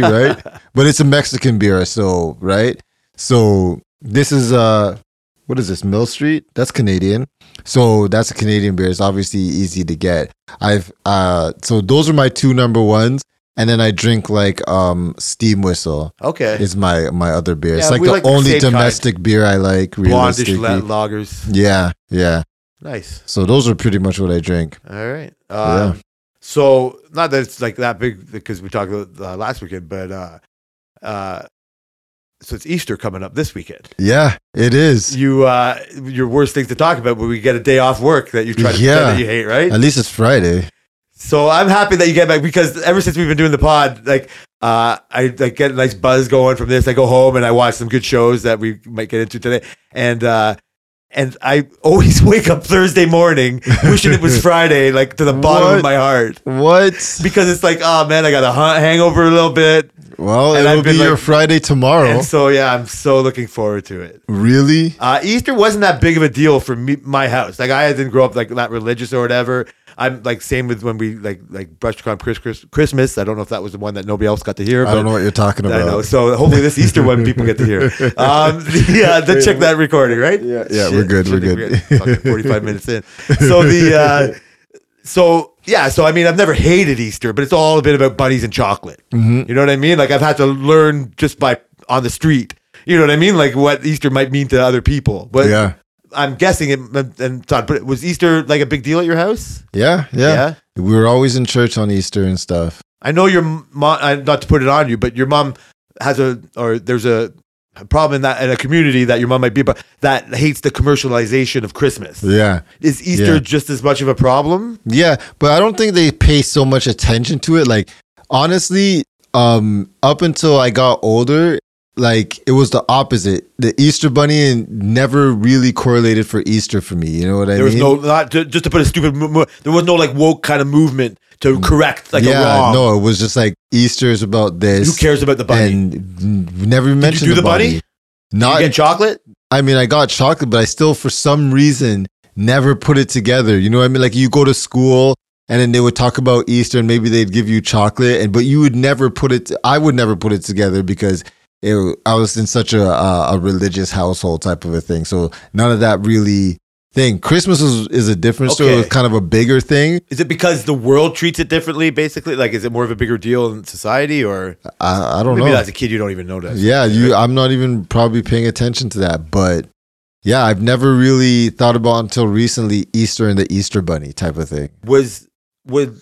right? But it's a Mexican beer, so right. So this is uh, what is this? Mill Street. That's Canadian. So that's a Canadian beer. It's obviously easy to get. I've uh, so those are my two number ones, and then I drink like um, Steam Whistle okay. is my my other beer. Eh. Yeah, it's like we the like the only same kind. domestic beer I like. blondish Realistically, la- lagers. yeah, yeah. Nice. So those are pretty much what I drink. All right. Um, So not that it's like that big because we talked about uh, last weekend, but uh, uh, so it's Easter coming up this weekend. Yeah, it is. You uh, your worst thing to talk about, but we get a day off work that you try to Yeah. pretend that you hate, right? At least it's Friday. So I'm happy that you get back because ever since we've been doing the pod, like uh, I like get a nice buzz going from this. I go home and I watch some good shows that we might get into today, and uh, and I always wake up Thursday morning wishing it was Friday, like to the bottom What? of my heart, What? because it's like, oh man, I got a ha- hangover a little bit, Well, And it I've will be been, your like- Friday tomorrow. and so yeah, I'm so looking forward to it. really? Uh, Easter wasn't that big of a deal for me, my house. Like I didn't grow up like not religious or whatever. I'm like same with when we like like brushed on Chris, Chris, Christmas. I don't know if that was the one that nobody else got to hear. I but- don't know what you're talking about. I know. So hopefully this Easter one people get to hear. Um, yeah, then check that recording, right? Yeah, yeah, we're good, we're good. Forty-five minutes in. So the uh, so yeah, so I mean, I've never hated Easter, but it's all a bit about bunnies and chocolate. Mm-hmm. You know what I mean? Like I've had to learn just by on the street. You know what I mean? Like what Easter might mean to other people. But Yeah. I'm guessing it. And Todd, but was Easter like a big deal at your house? Yeah, yeah, We were always in church on Easter and stuff. I know your mom, not to put it on you, but your mom has a, or there's a, a problem in that, in a community that your mom might be, but that hates the commercialization of Christmas. Yeah. Is Easter Yeah. just as much of a problem? Yeah, but I don't think they pay so much attention to it. Like honestly, um up until I got older, like it was the opposite. The Easter bunny and never really correlated for Easter for me. You know what I There was mean? no, not ju- just to put a stupid, mo- mo- there was no like woke kind of movement to correct like yeah, a wrong. no, it was just like Easter is about this. Who cares about the bunny? And we never mentioned do the the bunny. bunny? Not you get chocolate? I mean, I got chocolate, but I still, for some reason, never put it together. You know what I mean? Like you go to school and then they would talk about Easter and maybe they'd give you chocolate, and but you would never put it. I would never put it together because it, I was in such a, a a religious household type of a thing. So none of that really thing. Christmas is, is a different story. It was Okay. kind of a bigger thing. Is it because the world treats it differently, basically? Like, is it more of a bigger deal in society or I, I don't maybe know. as a kid you don't even notice? Yeah, you. I'm not even probably paying attention to that, but yeah, I've never really thought about until recently Easter and the Easter Bunny type of thing. was would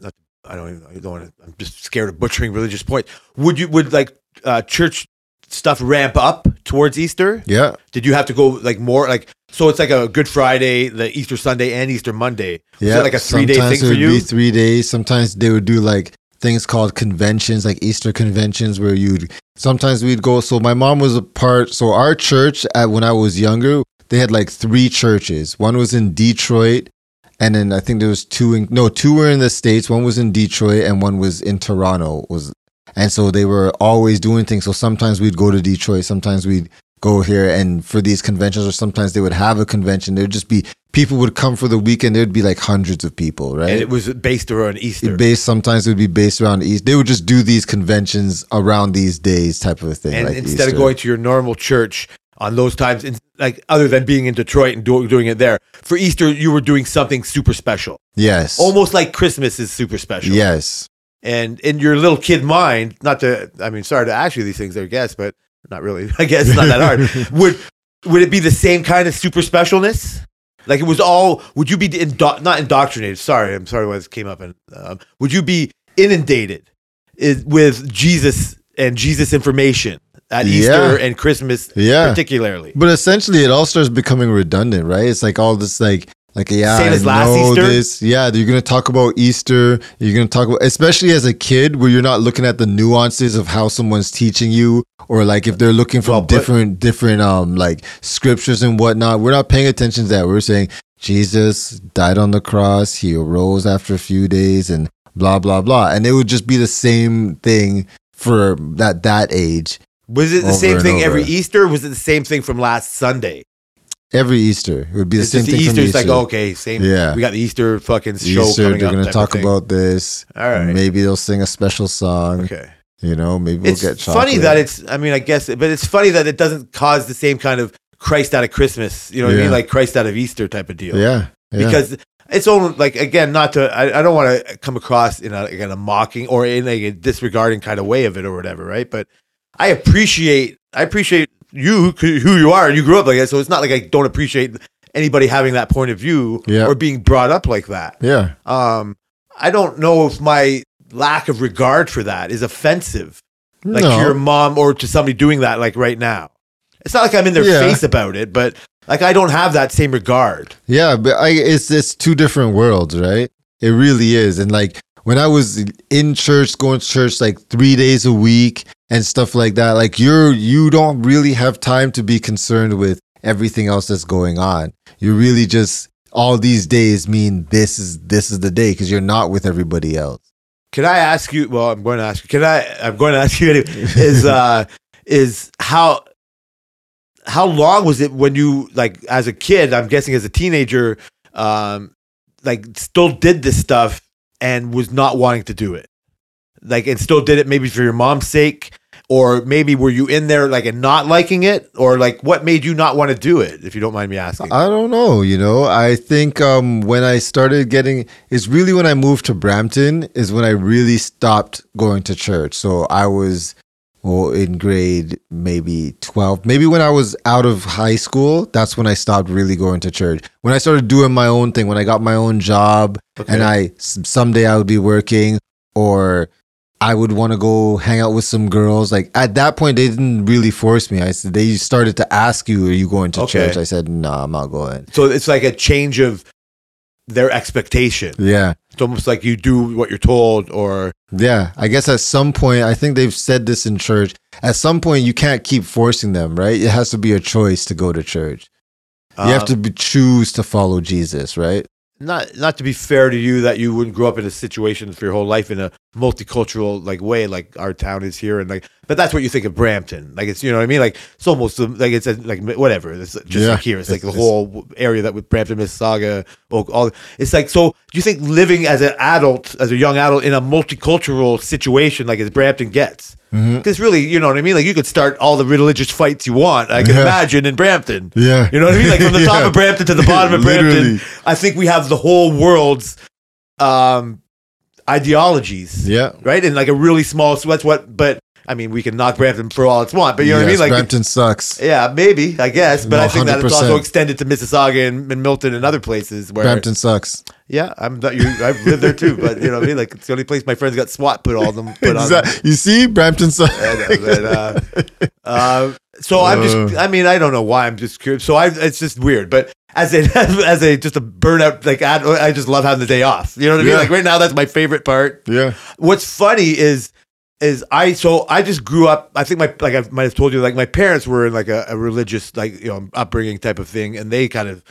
not, I don't even I don't want to, I'm just scared of butchering religious points. Would you would like uh, church stuff ramp up towards Easter? Yeah, Did you have to go like more like so it's like a Good Friday, the Easter Sunday and Easter Monday. Was yeah. it like a three day Sometimes thing it for would Be you? three days. Sometimes they would do like things called conventions, like Easter conventions, where you'd sometimes we'd go. So my mom was a part. So our church at when I was younger, they had like three churches. One was in Detroit. And then I think there was two in no two were in the states. One was in Detroit and one was in Toronto. Was And so they were always doing things. So sometimes we'd go to Detroit, sometimes we'd go here and for these conventions, or sometimes they would have a convention. There'd just be people would come for the weekend. There'd be like hundreds of people, right? and it was based around Easter. It based sometimes it would be based around East. They would just do these conventions around these days, type of a thing. and like instead Easter. of going to your normal church on those times, in, like other than being in Detroit and do, doing it there for Easter, you were doing something super special, yes, almost like Christmas is super special. yes, and in your little kid mind, not to, I mean, sorry to ask you these things, I guess, but not really. I guess it's not that hard. would would it be the same kind of super specialness? Like it was all? Would you be indo- not indoctrinated? Sorry, I'm sorry. When this came up, and um, would you be inundated is, with Jesus and Jesus information at Easter and Christmas, Yeah. particularly? but essentially it all starts becoming redundant, right? It's like all this like. Like yeah, Same I as last know Easter? this. Yeah, you're gonna talk about Easter. You're gonna talk about, especially as a kid, where you're not looking at the nuances of how someone's teaching you, or like if they're looking from Well, but- different, different, um, like scriptures and whatnot. We're not paying attention to that. We're saying Jesus died on the cross. He arose after a few days, and blah blah blah. And it would just be the same thing for that that age Was it the Over same and thing every over. Easter? Was it the same thing from last Sunday? every Easter. It would be the It's same just thing. Easter. from It's like oh, Easter. okay, same. Yeah. we got the Easter fucking show Easter, coming they're up gonna type of talk thing. about this. All right. Maybe they'll sing a special song. Okay. You know, maybe we'll it's get chocolate. funny that it's. I mean, I guess, but it's funny that it doesn't cause the same kind of Christ out of Christmas. You know what I Yeah. mean? Like Christ out of Easter type of deal. yeah, yeah. Because it's only like again, not to. I, I don't want to come across in a, in a mocking or in a disregarding kind of way of it or whatever, right? But I appreciate. I appreciate you who who you are. and You grew up like that, so it's not like I don't appreciate anybody having that point of view Yeah. or being brought up like that. yeah, Um, I don't know if my lack of regard for that is offensive like no, to your mom or to somebody doing that like right now. It's not like I'm in their Yeah. face about it, but like I don't have that same regard. yeah, but I, it's it's two different worlds, right? It really is. And like when I was in church, going to church like three days a week and stuff like that, like you're you don't really have time to be concerned with everything else that's going on. You really just all these days mean this is this is the day because you're not with everybody else. Can I ask you? Well, I'm going to ask you. Can I? I'm going to ask you. Anyway, is uh, is how how long was it when you like as a kid? I'm guessing as a teenager, um, like still did this stuff and was not wanting to do it, like and still did it maybe for your mom's sake. Or maybe were you in there like and not liking it, or like what made you not want to do it? If you don't mind me asking, I don't know. You know, I think um, when I started getting, it's really when I moved to Brampton is when I really stopped going to church. So I was well, in grade maybe 12, maybe when I was out of high school, that's when I stopped really going to church. When I started doing my own thing, when I got my own job, and I s- someday I would be working or I would want to go hang out with some girls. Like at that point, they didn't really force me. I s- they started to ask you, "Are you going to Okay. church?" I said, "No, I'm not going." so it's like a change of their expectation. Yeah, It's almost like you do what you're told, or yeah. I guess at some point, I think they've said this in church. At some point, you can't keep forcing them, right? It has to be a choice to go to church. You have uh, to be, choose to follow Jesus, right? um, not not to be fair to you that you wouldn't grow up in a situation for your whole life in a multicultural like way like our town is here and like but that's what you think of Brampton like it's you know what I mean like it's almost um, like it's uh, like whatever it's just Yeah. like here it's like the It's- whole area that with Brampton Mississauga Oak, all it's like so do you think living as an adult as a young adult in a multicultural situation like as Brampton gets Mm-hmm. because really you know what I mean like you could start all the religious fights you want I can Yeah. imagine in Brampton Yeah. you know what I mean? Like from the top Yeah. of Brampton to the bottom of Literally. Brampton, I think we have the whole world's um, ideologies, Yeah. right? And like a really small. So that's what. But I mean, we can knock Brampton for all it's want. But you know Yes, what I mean? Like, Brampton sucks. yeah, maybe I guess. But No, I think that it's 100%. also extended to Mississauga and, and Milton and other places where. Brampton sucks. Yeah, I'm not. You, I've lived there too, but you know what I mean? Like it's the only place my friends got SWAT put all them. Put on them. Exact- You see, Brampton sucks. I know, but, uh, uh, so I'm just. Uh. I mean, I don't know why I'm just curious. So I, it's just weird. But as a as a just a burnout, like ad, I just love having the day off. You know what I mean? Yeah. Like right now, that's my favorite part. yeah. What's funny is is I so I just grew up. I think my like I might have told you like my parents were in like a, a religious like you know upbringing type of thing, and they kind of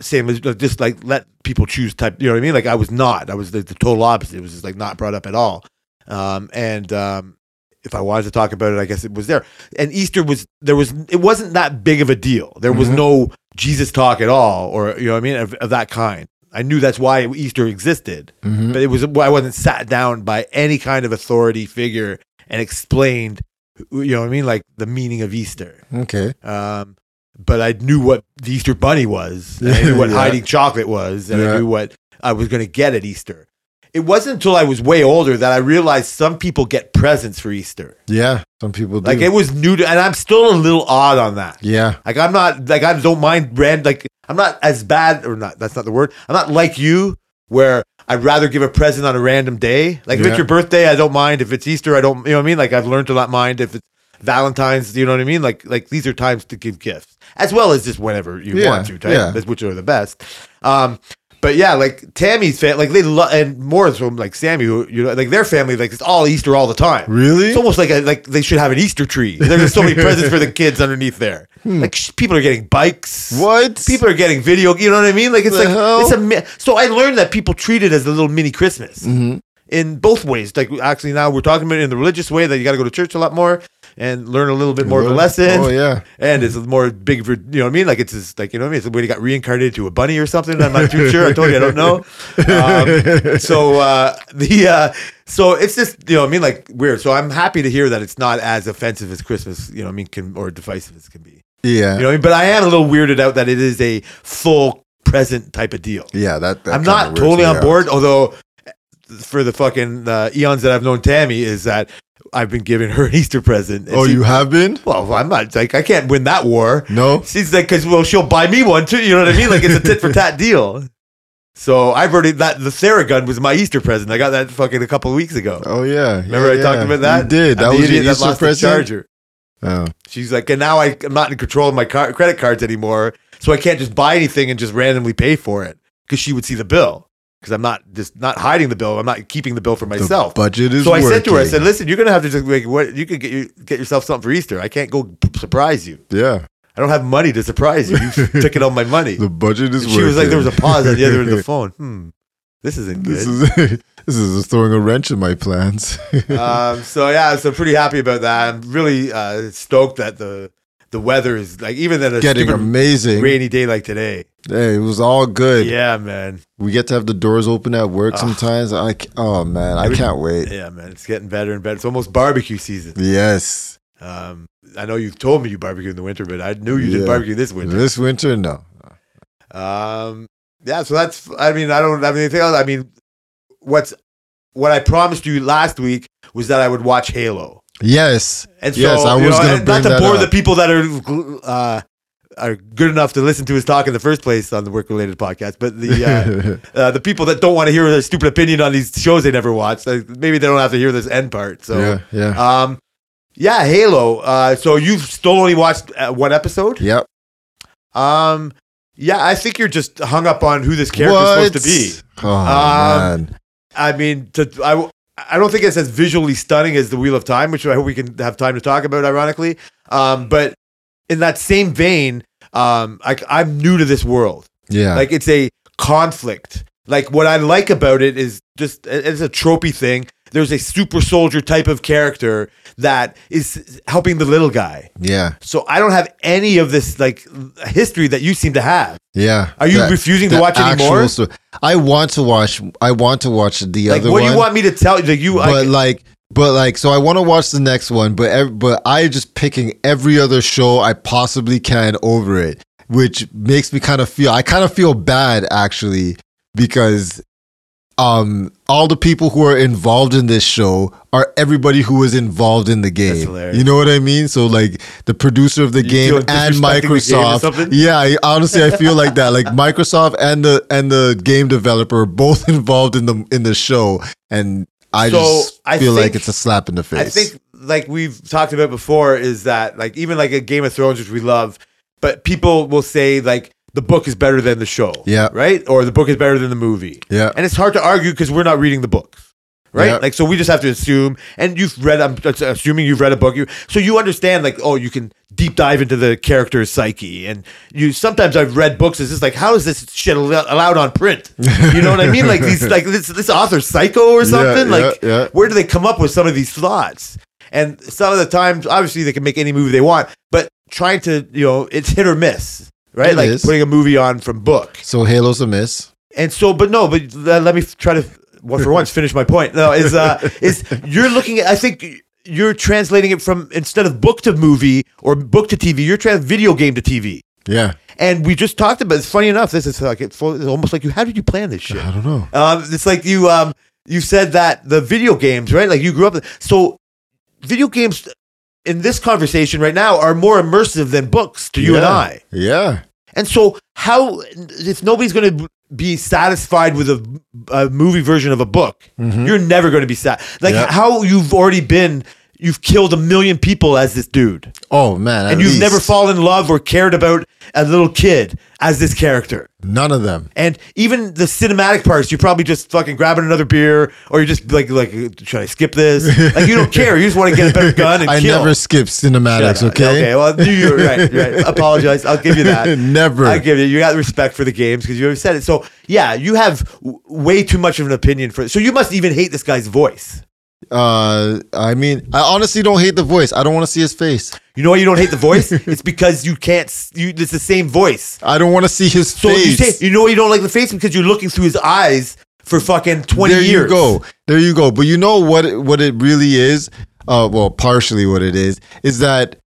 same as just like let people choose type. You know what I mean? Like I was not. I was the, the total opposite. It was just like not brought up at all. Um, and um, if I wanted to talk about it, I guess it was there. And Easter was there was it wasn't that big of a deal. There was no Jesus talk at all, or you know what I mean, of, of that kind. I knew that's why Easter existed, Mm-hmm. but it was I wasn't sat down by any kind of authority figure and explained, you know what I mean, like the meaning of Easter. Okay. Um, but I knew what the Easter Bunny was, and I knew what Yeah. hiding chocolate was, and Yeah. I knew what I was going to get at Easter. It wasn't until I was way older that I realized some people get presents for Easter. Yeah. Some people do. Like it was new to, and I'm still a little odd on that. yeah. Like I'm not like I don't mind brand. Like I'm not as bad or not. That's not the word. I'm not like you where I'd rather give a present on a random day. Like if Yeah. it's your birthday, I don't mind. If it's Easter, I don't. You know what I mean? Like I've learned to not mind if it's Valentine's. You know what I mean? Like like these are times to give gifts as well as just whenever you Yeah, want to. Right? yeah. That's- Which are the best. Um, but yeah, like Tammy's family, like they love, and more so like Sammy, who you know, like their family, like it's all Easter all the time. Really? It's almost like a, like they should have an Easter tree. There's so many presents for the kids underneath there. Like sh- people are getting bikes. Hmm. What? People are getting video. You know what I mean? Like it's The like hell? it's a. mi- So I learned that people treat it as a little mini Christmas Mm-hmm. in both ways. Like actually now we're talking about it in the religious way that you got to go to church a lot more and learn a little bit more of a lesson. Oh yeah. And it's more big for you know what I mean. Like it's just like you know what I mean. It's when he got reincarnated to a bunny or something. I'm not too sure. I told you I don't know. Um, so uh, the uh, so it's just you know what I mean like weird. So I'm happy to hear that it's not as offensive as Christmas. You know what I mean can or divisive as can be. Yeah. You know what I mean. But I am a little weirded out that it is a full present type of deal. yeah. That. that I'm kinda not weirds totally me on out. board, although for the fucking uh, eons that I've known Tammy is that I've been giving her an Easter present. and Oh, she- you have been? Well, I'm not like I can't win that war. No. She's like, because well, she'll buy me one too. You know what I mean? Like it's a tit for tat deal. So I've already that the Sarah gun was my Easter present. I got that fucking a couple of weeks ago. Oh yeah. Remember I yeah, talked yeah. about that? You did. I'm the That was your idiot that Easter lost the present. charger. Oh. She's like, and now I, I'm not in control of my car- credit cards anymore, so I can't just buy anything and just randomly pay for it because she would see the bill. Because I'm not just not hiding the bill. I'm not keeping the bill for The myself. budget is. so I said to her, I working. said, listen, you're gonna have to just like what you could get you, get yourself something for Easter. I can't go p- surprise you. Yeah. I don't have money to surprise you. You took it all my money. The budget is. she was like, there was a working. pause on the other end of the phone. Hmm, this isn't good. This is this is just throwing a wrench in my plans. um, so yeah, so pretty happy about that. I'm really uh, stoked that the the weather is like even then a Getting stupid amazing. rainy day like today. Hey, it was all good. Yeah, man. We get to have the doors open at work sometimes. I c- oh man, I can't wait. Ah. Yeah, man. It's getting better and better. It's almost barbecue season. Yes, Um, I know you've told me you barbecue in the winter, but I knew you Yeah. did barbecue this winter. this winter no. Um, yeah, so that's. I mean, I don't have anything else. I mean, what's what I promised you last week was that I would watch Halo. Yes, And so, Yes, I you was know, gonna and not bring to that bore up. the people that are uh, are good enough to listen to his talk in the first place on the work related podcast, but the uh, uh, the people that don't want to hear their stupid opinion on these shows they never watched, like, maybe they don't have to hear this end part. So, yeah, yeah, um, yeah, Halo. Uh, so you've still only watched uh, one episode. yep. Um, yeah, I think you're just hung up on who this character is supposed to be. Oh Um, man, I mean, to, I, w- I don't think it's as visually stunning as The Wheel of Time, which I hope we can have time to talk about, ironically. Um, but in that same vein, um, I, I'm new to this world. yeah, Like, it's a conflict. Like, what I like about it is just, it- it's a tropey thing. There's a super soldier type of character that is helping the little guy. yeah, So I don't have any of this, like, history that you seem to have. yeah. Are you refusing to the watch actual anymore? sto- I want to watch. I want to watch the Like, other what one. do you want me to tell you? Like, you, I- but like but like so i want to watch the next one but ev- but i just picking every other show i possibly can over it which makes me kind of feel i kind of feel bad actually because um all the people who are involved in this show are everybody who was involved in the game hilarious. you know what i mean so like the producer of the You game feel and disrespecting the game or something? microsoft yeah, I, honestly, I feel like that. Like Microsoft and the and the game developer are both involved in the in the show, and I So, just I feel like think- it's a slap in the face. I think like we've talked about before is that like even like a Game of Thrones which we love, but people will say like the book is better than the show. Yeah. Right? Or the book is better than the movie. Yeah. And it's hard to argue because we're not reading the books. Right? Yeah. Like so we just have to assume and you've read I'm just assuming you've read a book you so you understand like oh you can deep dive into the character's psyche and you sometimes I've read books it's just like how is this shit al- allowed on print? You know what I mean? Like these like this this author's psycho or something yeah, like yeah. where do they come up with some of these thoughts? And some of the times, obviously, they can make any movie they want, but trying to, you know, it's hit or miss, right? It like is. putting a movie on from book. So Halo's a miss. And so, but no, but le- let me f- try to, f- well, for once, finish my point. No, is uh, is you're looking at, I think you're translating it from instead of book to movie or book to TV, you're trans video game to TV. Yeah. And we just talked about. It's funny enough. This is like it's full- it's almost like you. How did you plan this shit? I don't know. Um, it's like you um, you said that the video games, right? Like you grew up. So, video games in this conversation right now are more immersive than books to you and Yeah. I. Yeah. And so, how if nobody's going to be satisfied with a, a movie version of a book, you're never going to be sat. Like Mm-hmm. Yeah. how you've already been. You've killed a million people as this dude, Oh man. and at you've least. never fallen in love or cared about a little kid as this character. None of them. And even the cinematic parts, you're probably just fucking grabbing another beer, or you're just like, like, should I skip this? Like, you don't care. You just want to get a better gun and I kill. never skip cinematics. Okay. Okay. Well, you- you're right. You're right. Apologize. I'll give you that. Never. I give you. You got respect for the games because you have said it. So yeah, you have w- way too much of an opinion for. So you must even hate this guy's voice. Uh, I mean, I honestly don't hate the voice. I don't want to see his face. You know why you don't hate the voice? it's because you can't. s- You. It's the same voice. I don't want to see his So you face. say you know why you don't like the face because you're looking through his eyes for fucking twenty there years. you go. There you go. But you know what? It, what it really is, uh, well, partially what it is, is that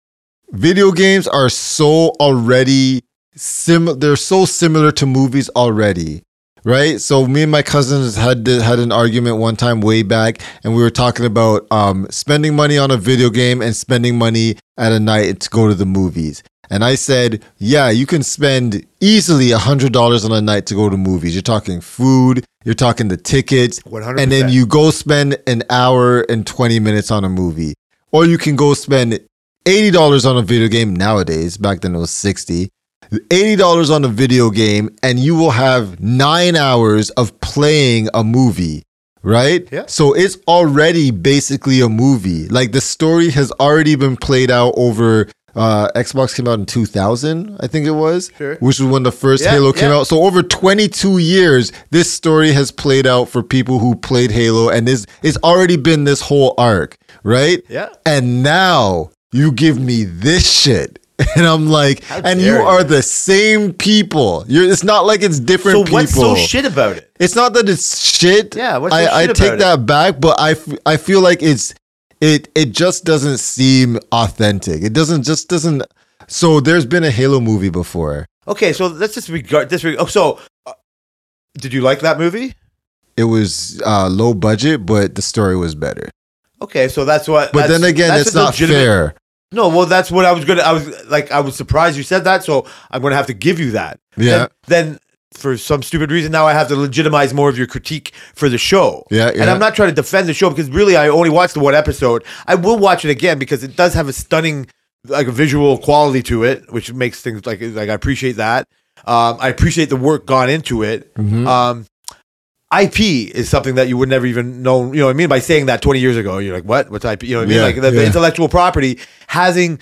video games are so already sim. They're so similar to movies already, right? So me and my cousins had th- had an argument one time way back, and we were talking about um, spending money on a video game and spending money at a night to go to the movies. And I said, yeah, you can spend easily $100 on a night to go to movies. You're talking food, you're talking the tickets, 100%. and then you go spend an hour and 20 minutes on a movie. Or you can go spend $80 on a video game nowadays. Back then it was 60 $80 on a video game, and you will have nine hours of playing a movie right? Yeah. So it's already basically a movie. Like the story has already been played out over. Uh, Xbox came out in 2000, I think it was, Sure. which was when the first Yeah, Halo came yeah. out. Uh, So over 22 years, this story has played out for people who played Halo, and this it's already been this whole arc, right? Yeah. And now you give me this shit. And I'm like, and you dare you. are the same people. You're, it's not like it's different So people. what's so shit about it? It's not that it's shit. Yeah, what's I, so I shit take about it? that back, but I, f- I feel like it's it it just doesn't seem authentic. It doesn't just doesn't. So there's been a Halo movie before. Okay, so let's just regard this. Oh, so uh, did you like that movie? It was uh, low budget, but the story was better. Okay, so that's what. But that's- then again, that's it's a not legitimate- fair. No, well, that's what I was gonna. I was like, I was surprised you said that, so I'm gonna have to give you that. Yeah. Then, then for some stupid reason, now I have to legitimize more of your critique for the show. Yeah, And yeah. I'm not trying to defend the show because really, I only watched the one episode. I will watch it again because it does have a stunning, like, visual quality to it, which makes things like like I appreciate that. Um, I appreciate the work gone into it. Mm-hmm. Um, IP is something that you would never even know. You know what I mean? By saying that 20 years ago, you're like, what? What's IP? You know what I mean? Yeah, like the, the yeah. intellectual property having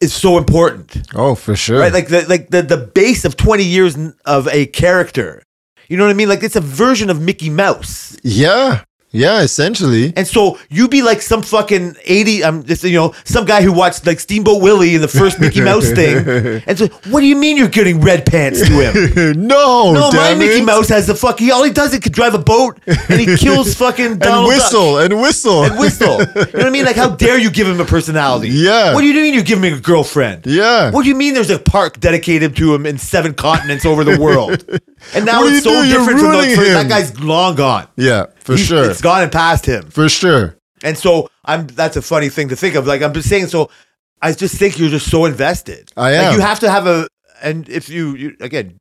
is so important, Oh, for sure. right? Like the, like the, the base of 20 years n- of a character. You know what I mean? Like it's a version of Mickey Mouse. yeah, yeah. Essentially, And so you be like some fucking 80, um, just, you know, some guy who watched like Steamboat Willie in the first Mickey Mouse thing. And so, what do you mean you're getting red pants to him? No, no, my Oh, damn Mickey it. Mouse has the fuck. He all he does is could drive a boat and he kills fucking and Donald Duck whistle, and whistle and whistle. You know what I mean? Like, how dare you give him a personality? Yeah. What do you mean you give him a girlfriend? Yeah. What do you mean there's a park dedicated to him in seven continents over the world? And now What do it's you so do? You're different from ruining those, him. that guy's long gone. Yeah, for He's- sure, It's gone and past him. for sure. And so I'm that's a funny thing to think of. Like I'm just saying, so I just think you're just so invested. I Like, am. you have to have a and if you, you again,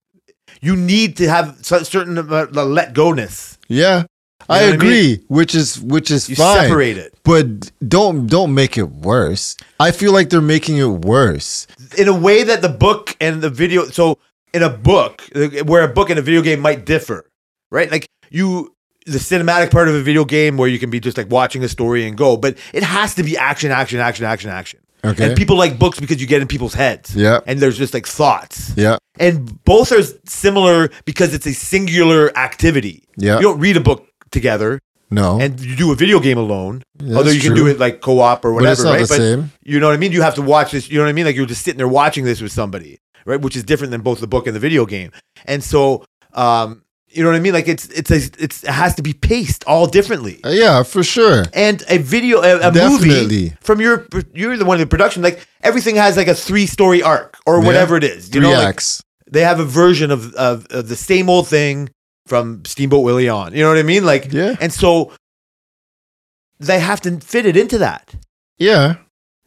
you need to have cer- certain amount of uh, let go ness. Yeah, I know what I agree. Which is which is You fine. separate it but don't don't make it worse. I feel like they're making it worse. in a way that the book and the video. So in a book, uh, where a book and a video game might differ, right? Like you. The cinematic part of a video game where you can be just like watching a story and go, but it has to be action, action, action, action, action. Okay. And people like books because you get in people's heads. Yeah. And there's just like thoughts. Yeah, and both are similar because it's a singular activity. Yeah. you don't read a book together. No. and you do a video game alone. That's although you can true. do it like co-op or But whatever, it's not right? the same. you know what I mean? You have to watch this. You know what I mean? Like you're just sitting there watching this with somebody, right? Which is different than both the book and the video game. And so, um, you know what I mean? Like it's it's a, it's it has to be paced all differently. Uh, yeah, for sure. And a video, a, a movie Definitely. from your you're the one in the production. Like everything has like a three story arc or Yeah. whatever it is. You Three know, like acts. they have a version of, of, of the same old thing from Steamboat Willie on. You know what I mean? Like, Yeah. And so they have to fit it into that. Yeah.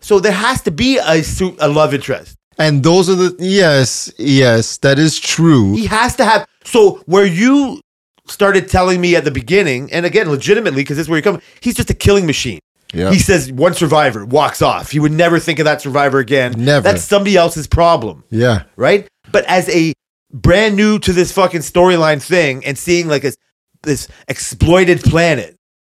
So there has to be a su- a love interest. And those are the yes, yes, that is true. He has to have. So where you started telling me at the beginning, and again, legitimately, because this is where you come. He's just a killing machine. Yeah. He says one survivor walks off. He would never think of that survivor again. Never. That's somebody else's problem. yeah. right? But as a brand new to this fucking storyline thing and seeing like this, this exploited planet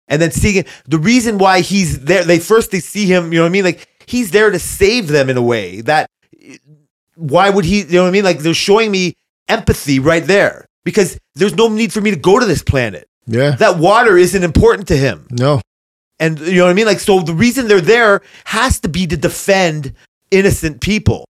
and then seeing it, the reason why he's there, they first they see him, you know what I mean? Like he's there to save them in a way that why would he, you know what I mean? Like they're showing me empathy right there because there's no need for me to go to this planet. Yeah. That water isn't important to him. No. And you know what I mean? Like, so the reason they're there has to be to defend innocent people.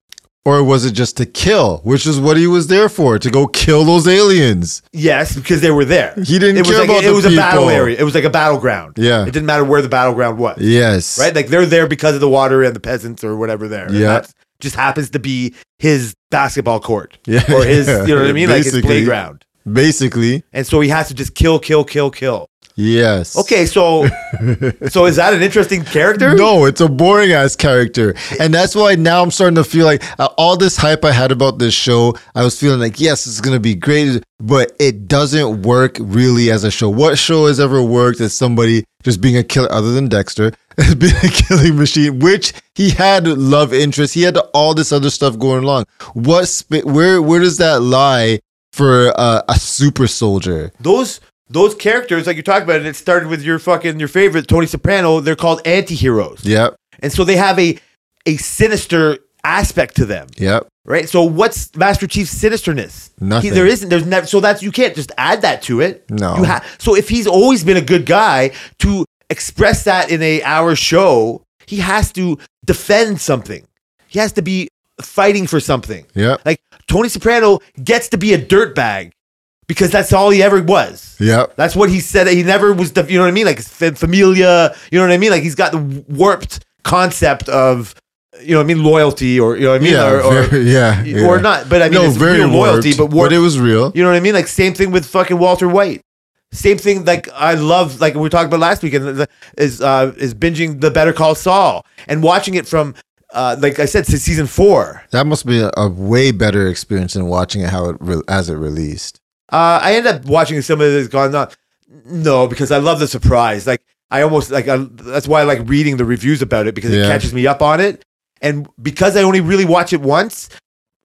Or was it just to kill, which is what he was there for, to go kill those aliens? Yes, because they were there. He didn't it was care like, about it the was a battle people. area. It was like a battleground. Yeah. It didn't matter where the battleground was. Yes. Right? Like they're there because of the water and the peasants or whatever there. And Yeah. that's- Just happens to be his basketball court. Yeah. Or his you know what I mean? Like his Basically. playground. Basically. And so he has to just kill, kill, kill, kill. Yes. Okay, so so is that an interesting character? No, it's a boring ass character. And that's why now I'm starting to feel like uh, all this hype I had about this show, I was feeling like, yes, it's going to be great, but it doesn't work really as a show. What show has ever worked as somebody just being a killer, other than Dexter, as being a killing machine, which he had love interest, he had all this other stuff going along. What, sp- where, where does that lie for uh, a super soldier? Those those characters, like you talked about, and it started with your fucking your favorite, Tony Soprano, they're called anti heroes. Yep, And so they have a a sinister aspect to them. yep. right? So what's Master Chief's sinisterness? Nothing. He, there isn't. There's never. So that's you can't just add that to it. No. You ha- so if he's always been a good guy, to express that in a hour show, he has to defend something. He has to be fighting for something. Yep. Like Tony Soprano gets to be a dirtbag because that's all he ever was. Yep. That's what he said. He never was, the, you know what I mean? Like fa- familia, you know what I mean? Like he's got the warped concept of, you know what I mean? Loyalty or, you know what I mean? Yeah, or, or- very- yeah, yeah. Or not. But I mean, it's real loyalty, warped, but warped. it was real. you know what I mean? Like same thing with fucking Walter White. Same thing. Like I love, like we talked about last weekend, is, uh, is binging the Better Call Saul and watching it from, uh, like I said, to season four. That must be a, a way better experience than watching it how it re- as it released. Uh, I end up watching some of this gone on. No, because I love the surprise. Like I almost like I, that's why I like reading the reviews about it because it Yeah. catches me up on it, and because I only really watch it once,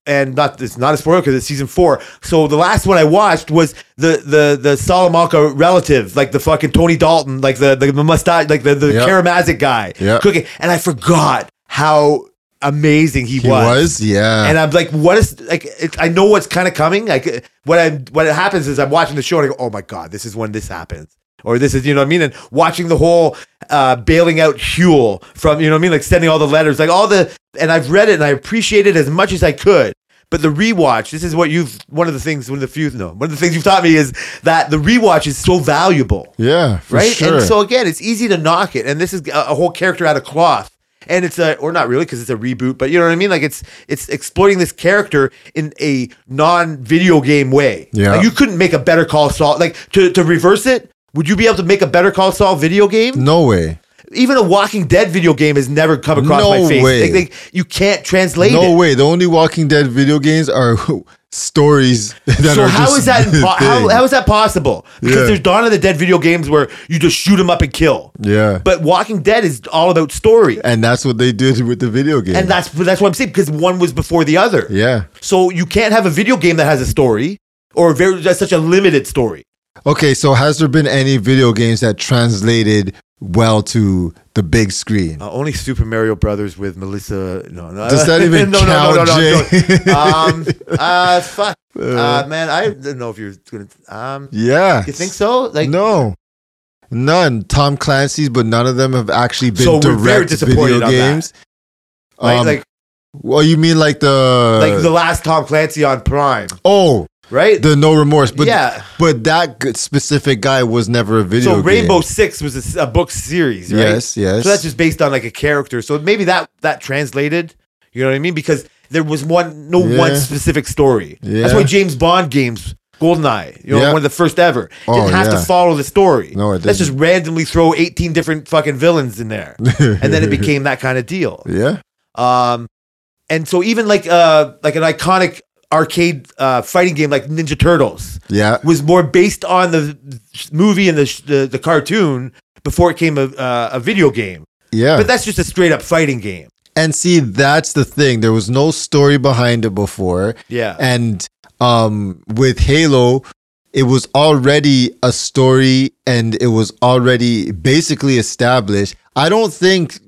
and not it's not a spoiler because it's season four. So the last one I watched was the the the Salamanca relative, like the fucking Tony Dalton, like the the mustache, like the the Yep. Karamazic guy Yep. cooking, and I forgot how amazing he, He was, yeah. and I'm like, what is like? It, I know what's kind of coming. Like, what I what happens is I'm watching the show and I go, oh my god, this is when this happens, or this is you know what I mean. And watching the whole uh, bailing out Huel from you know what I mean, like sending all the letters, like all the. And I've read it and I appreciate it as much as I could. But the rewatch, this is what you've one of the things, one of the few, no, one of the things you've taught me is that the rewatch is so valuable yeah, for right? sure. And so again, it's easy to knock it, and this is a, a whole character out of cloth, and it's a or not really because it's a reboot, but you know what I mean? Like it's it's exploiting this character in a non-video game way. Yeah. Like, you couldn't make a Better Call Saul like to to reverse it. Would you be able to make a Better Call Saul video game? no way, Even a Walking Dead video game has never come across No my face. way. Like, like, you can't translate no it. way. The only Walking Dead video games are stories that so are. how just is that the impo- how, thing. how is that possible? Because Yeah. there's Dawn of the Dead video games where you just shoot them up and kill. yeah, But Walking Dead is all about story. and that's what they did with the video game. And that's that's what I'm saying because one was before the other. yeah. So you can't have a video game that has a story or very that's such a limited story. Okay, so has there been any video games that translated well to the big screen? Uh, only Super Mario Brothers with Melissa. No, no. Does that even no, no, no, count, no, no, Jay? Um, uh, fuck, uh, man, I don't know if you're gonna. Um, Yeah. you think so? Like, no. None. Tom Clancy's, but none of them have actually been So we're direct very disappointed video on that. games. Like, Um, like, well, you mean like the like the last Tom Clancy on Prime, oh right? the no remorse, but Yeah. but that g- specific guy was never a video. so game. Rainbow Six was a s- a, book series, right? Yes, yes. So that's just based on like a character. So maybe that that translated. You know what I mean? Because there was one, no Yeah. one specific story. That's Yeah. why James Bond games, GoldenEye, you know, Yeah. one of the first ever, didn't Oh, have to yeah. follow the story. No, it Let's just randomly throw eighteen different fucking villains in there, and then it became that kind of deal. yeah. Um, and so even like uh like an iconic arcade uh, fighting game like Ninja Turtles Yeah. was more based on the movie and the the, the cartoon before it came a uh, a video game. Yeah. But that's just a straight up fighting game. and see, that's the thing. There was no story behind it before. Yeah. And um with Halo, it was already a story and it was already basically established. I don't think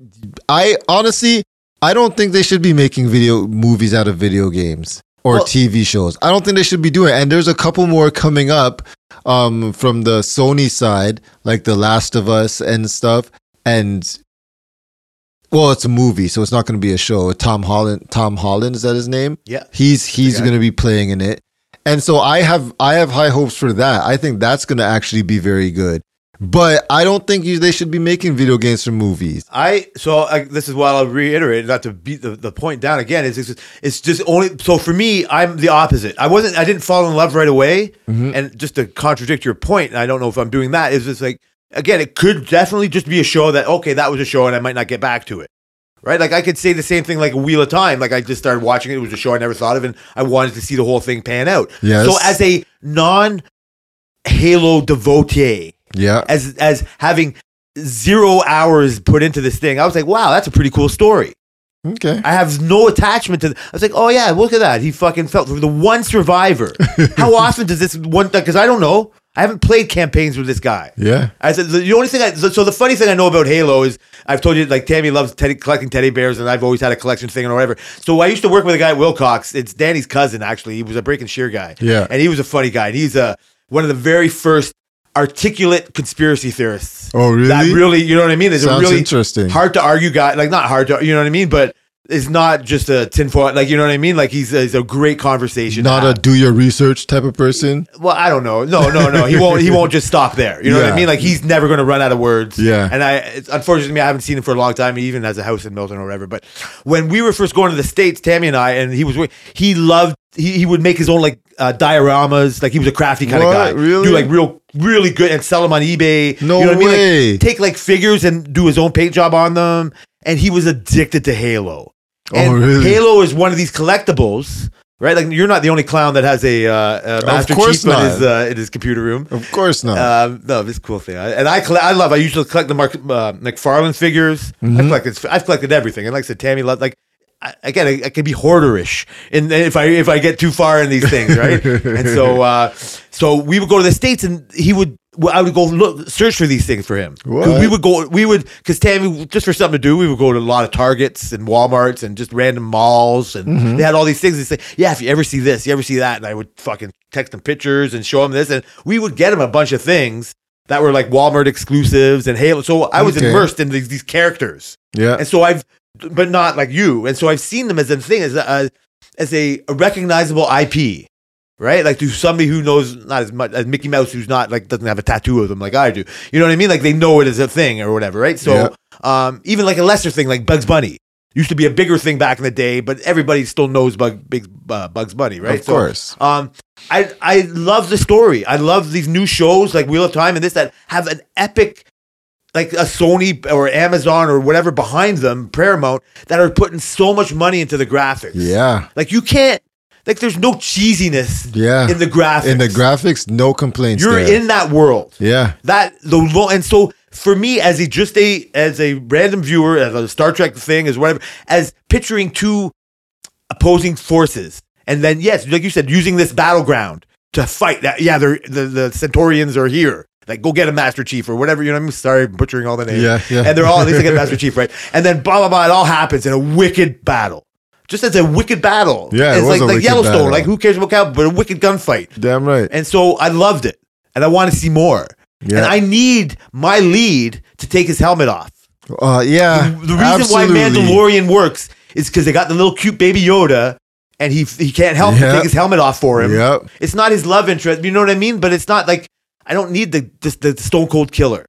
I honestly I don't think they should be making video movies out of video games or Well- TV shows. I don't think they should be doing it. And there's a couple more coming up um from the Sony side, like The Last of Us and stuff. And well, it's a movie, so it's not going to be a show. Tom Holland, Tom Holland is that his name? Yeah. he's he's guy. going to be playing in it, and so I have I have high hopes for that. I think that's going to actually be very good. But I don't think you, they should be making video games for movies. I so I, this is what I'll reiterate, not to beat the, the point down again. Is it's, just- it's just only so for me, I'm the opposite. I wasn't, I didn't fall in love right away, and just to contradict your point, and I don't know if I'm doing that. Is just like again, it could definitely just be a show that okay, that was a show, and I might not get back to it. Right, like I could say the same thing like Wheel of Time. Like I just started watching it; it was a show I never thought of, and I wanted to see the whole thing pan out. Yes. So as a non Halo devotee, Yeah, as as having zero hours put into this thing. I was like, wow, that's a pretty cool story. okay. I have no attachment to. Th- I was like, oh yeah, look at that. He fucking felt the one survivor. How often does this one? Because I don't know. I haven't played campaigns with this guy. Yeah, I said the the only thing. I, so, so the funny thing I know about Halo is I've told you like Tammy loves teddy, collecting teddy bears, and I've always had a collection thing or whatever. So I used to work with a guy at Wilcox. It's Danny's cousin actually. He was a break and shear guy. Yeah. and he was a funny guy. And he's a one of the very first articulate conspiracy theorists. Oh, really? That really, you know what I mean? It's a Sounds really interesting. hard to argue guy. Like not hard to, you know what I mean? But it's not just a tinfoil. Like you know what I mean? Like he's a, he's a great conversation. not a. a do your research type of person. Well, I don't know. No, no, no. He won't. He won't just stop there. You know what I Yeah. mean? Like he's never going to run out of words. Yeah. And I, it's, unfortunately, I haven't seen him for a long time. He even has a house in Milton or whatever. But when we were first going to the states, Tammy and I, and he was, he loved. He, he would make his own like uh, dioramas. Like he was a crafty kind What? of guy. Really? Do like real, really good and sell them on eBay. No you know what I mean? way. Like, take like figures and do his own paint job on them. And he was addicted to Halo. Oh, And really? Halo is one of these collectibles. Right, like you're not the only clown that has a, uh, a Master course Chief in not. his, uh, in his computer room. Of course not. Um, no, it's a cool thing. I, and I, colle- I love. I usually collect the Mark uh, McFarlane figures. Mm-hmm. I've collected. I've collected everything. And like I said, Tammy loved like. I, again, I, I can be hoarderish, and if I if I get too far in these things, right? and so, uh, so we would go to the states, and he would. well, I would go look search for these things for him. 'Cause What? We would go. We would because Tammy just for something to do. We would go to a lot of Targets and WalMarts and just random malls, and they had all these things. They say, "Yeah, if you ever see this, you ever see that," and I would fucking text him pictures and show him this, and we would get him a bunch of things that were like Walmart exclusives and Halo. So I was Okay. immersed in these, these characters, yeah, and so I've, but not like you, and so I've seen them as a thing as a, as a recognizable IP. Right, like to somebody who knows not as much as Mickey Mouse, who's not like doesn't have a tattoo of them like I do. You know what I mean? Like they know it as a thing or whatever, right? So, um, even like a lesser thing like Bugs Bunny used to be a bigger thing back in the day, but everybody still knows Bug, Big uh, Bugs Bunny, right? of course. Um, I I love the story. I love these new shows like Wheel of Time and this that have an epic, like a Sony or Amazon or whatever behind them, Paramount that are putting so much money into the graphics. yeah, like you can't like there's no cheesiness yeah. in the graphics. In the graphics, no complaints. you're there. in that world. Yeah, That the low and so for me as a just a as a random viewer as a Star Trek thing as whatever as picturing two opposing forces and then yes like you said using this battleground to fight that yeah they're, the the Centaurians are here like go get a Master Chief or whatever you know what I mean sorry I'm butchering all the names Yeah, yeah. and they're all at least they get a Master Chief right and then blah blah blah it all happens in a wicked battle just as a wicked battle Yeah, it it's was like a like wicked Yellowstone battle. like who cares about Cowboy but a wicked gunfight damn right. and so I loved it. And I want to see more. Yeah. And I need my lead to take his helmet off. Uh, yeah. The reason why absolutely. Mandalorian works is because they got the little cute baby Yoda, and he he can't help but Yep. take his helmet off for him. Yep. It's not his love interest, you know what I mean? But it's not like I don't need the just the Stone Cold Killer.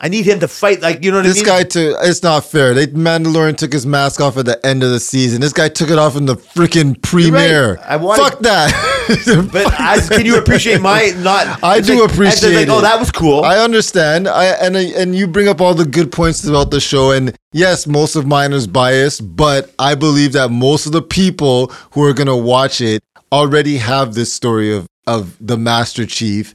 I need him to fight, like you know what I This mean? guy too. It's not fair. They Mandalorian took his mask off at the end of the season. This guy took it off in the freaking premiere. I wanted- Fuck that. but I, can you appreciate my not? I it's do like- appreciate it's like, it. Oh, that was cool. I understand. I and I, and you bring up all the good points about the show. And yes, most of mine is biased, but I believe that most of the people who are gonna watch it already have this story of of the Master Chief.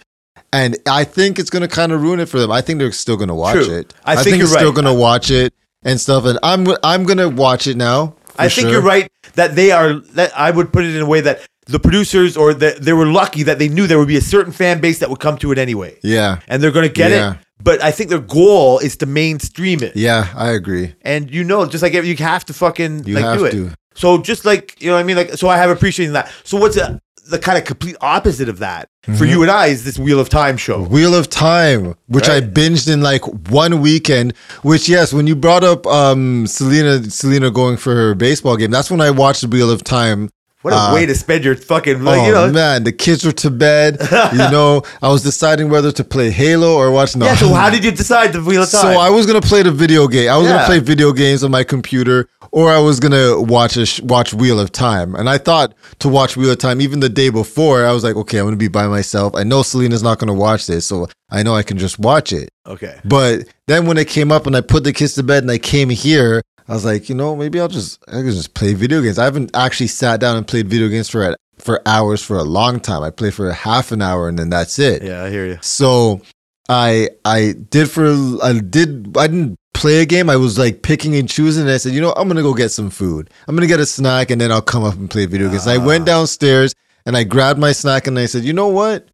And I think it's gonna kind of ruin it for them. I think they're still gonna watch True. it. I think they're you're still right. gonna watch it and stuff. And I'm I'm gonna watch it now. for I think sure. you're right that they are. That I would put it in a way that the producers or that they were lucky that they knew there would be a certain fan base that would come to it anyway, Yeah, and they're going to get Yeah. it. But I think their goal is to mainstream it, yeah, I agree. and you know, just like you have to fucking You like have do it. to. So just like you know, what I mean, like so I have appreciating that. So what's the the kind of complete opposite of that Mm-hmm. for you and I is this Wheel of Time show. Wheel of Time, which I Right. binged in like one weekend. Which yes, when you brought up um Selena Selena going for her baseball game, that's when I watched the Wheel of Time. What a Uh, way to spend your fucking like oh you know. man, the kids were to bed. you know, I was deciding whether to play Halo or watch. No. Yeah. So how did you decide the Wheel of Time? So I was gonna play the video game. I was gonna Yeah. play video games on my computer, or I was gonna watch a sh- watch Wheel of Time. And I thought to watch Wheel of Time even the day before. I was like, okay, I'm gonna be by myself. I know Selena's not gonna watch this, so I know I can just watch it. okay. But then when it came up and I put the kids to bed and I came here, I was like, you know, maybe I'll just I can just play video games. I haven't actually sat down and played video games for for hours for a long time. I play for half an hour and then that's it. Yeah, I hear you. So I I did for I did I didn't play a game. I was like picking and choosing. And I said, you know, I'm gonna go get some food. I'm gonna get a snack and then I'll come up and play video games. And I went downstairs and I grabbed my snack and I said, you know what?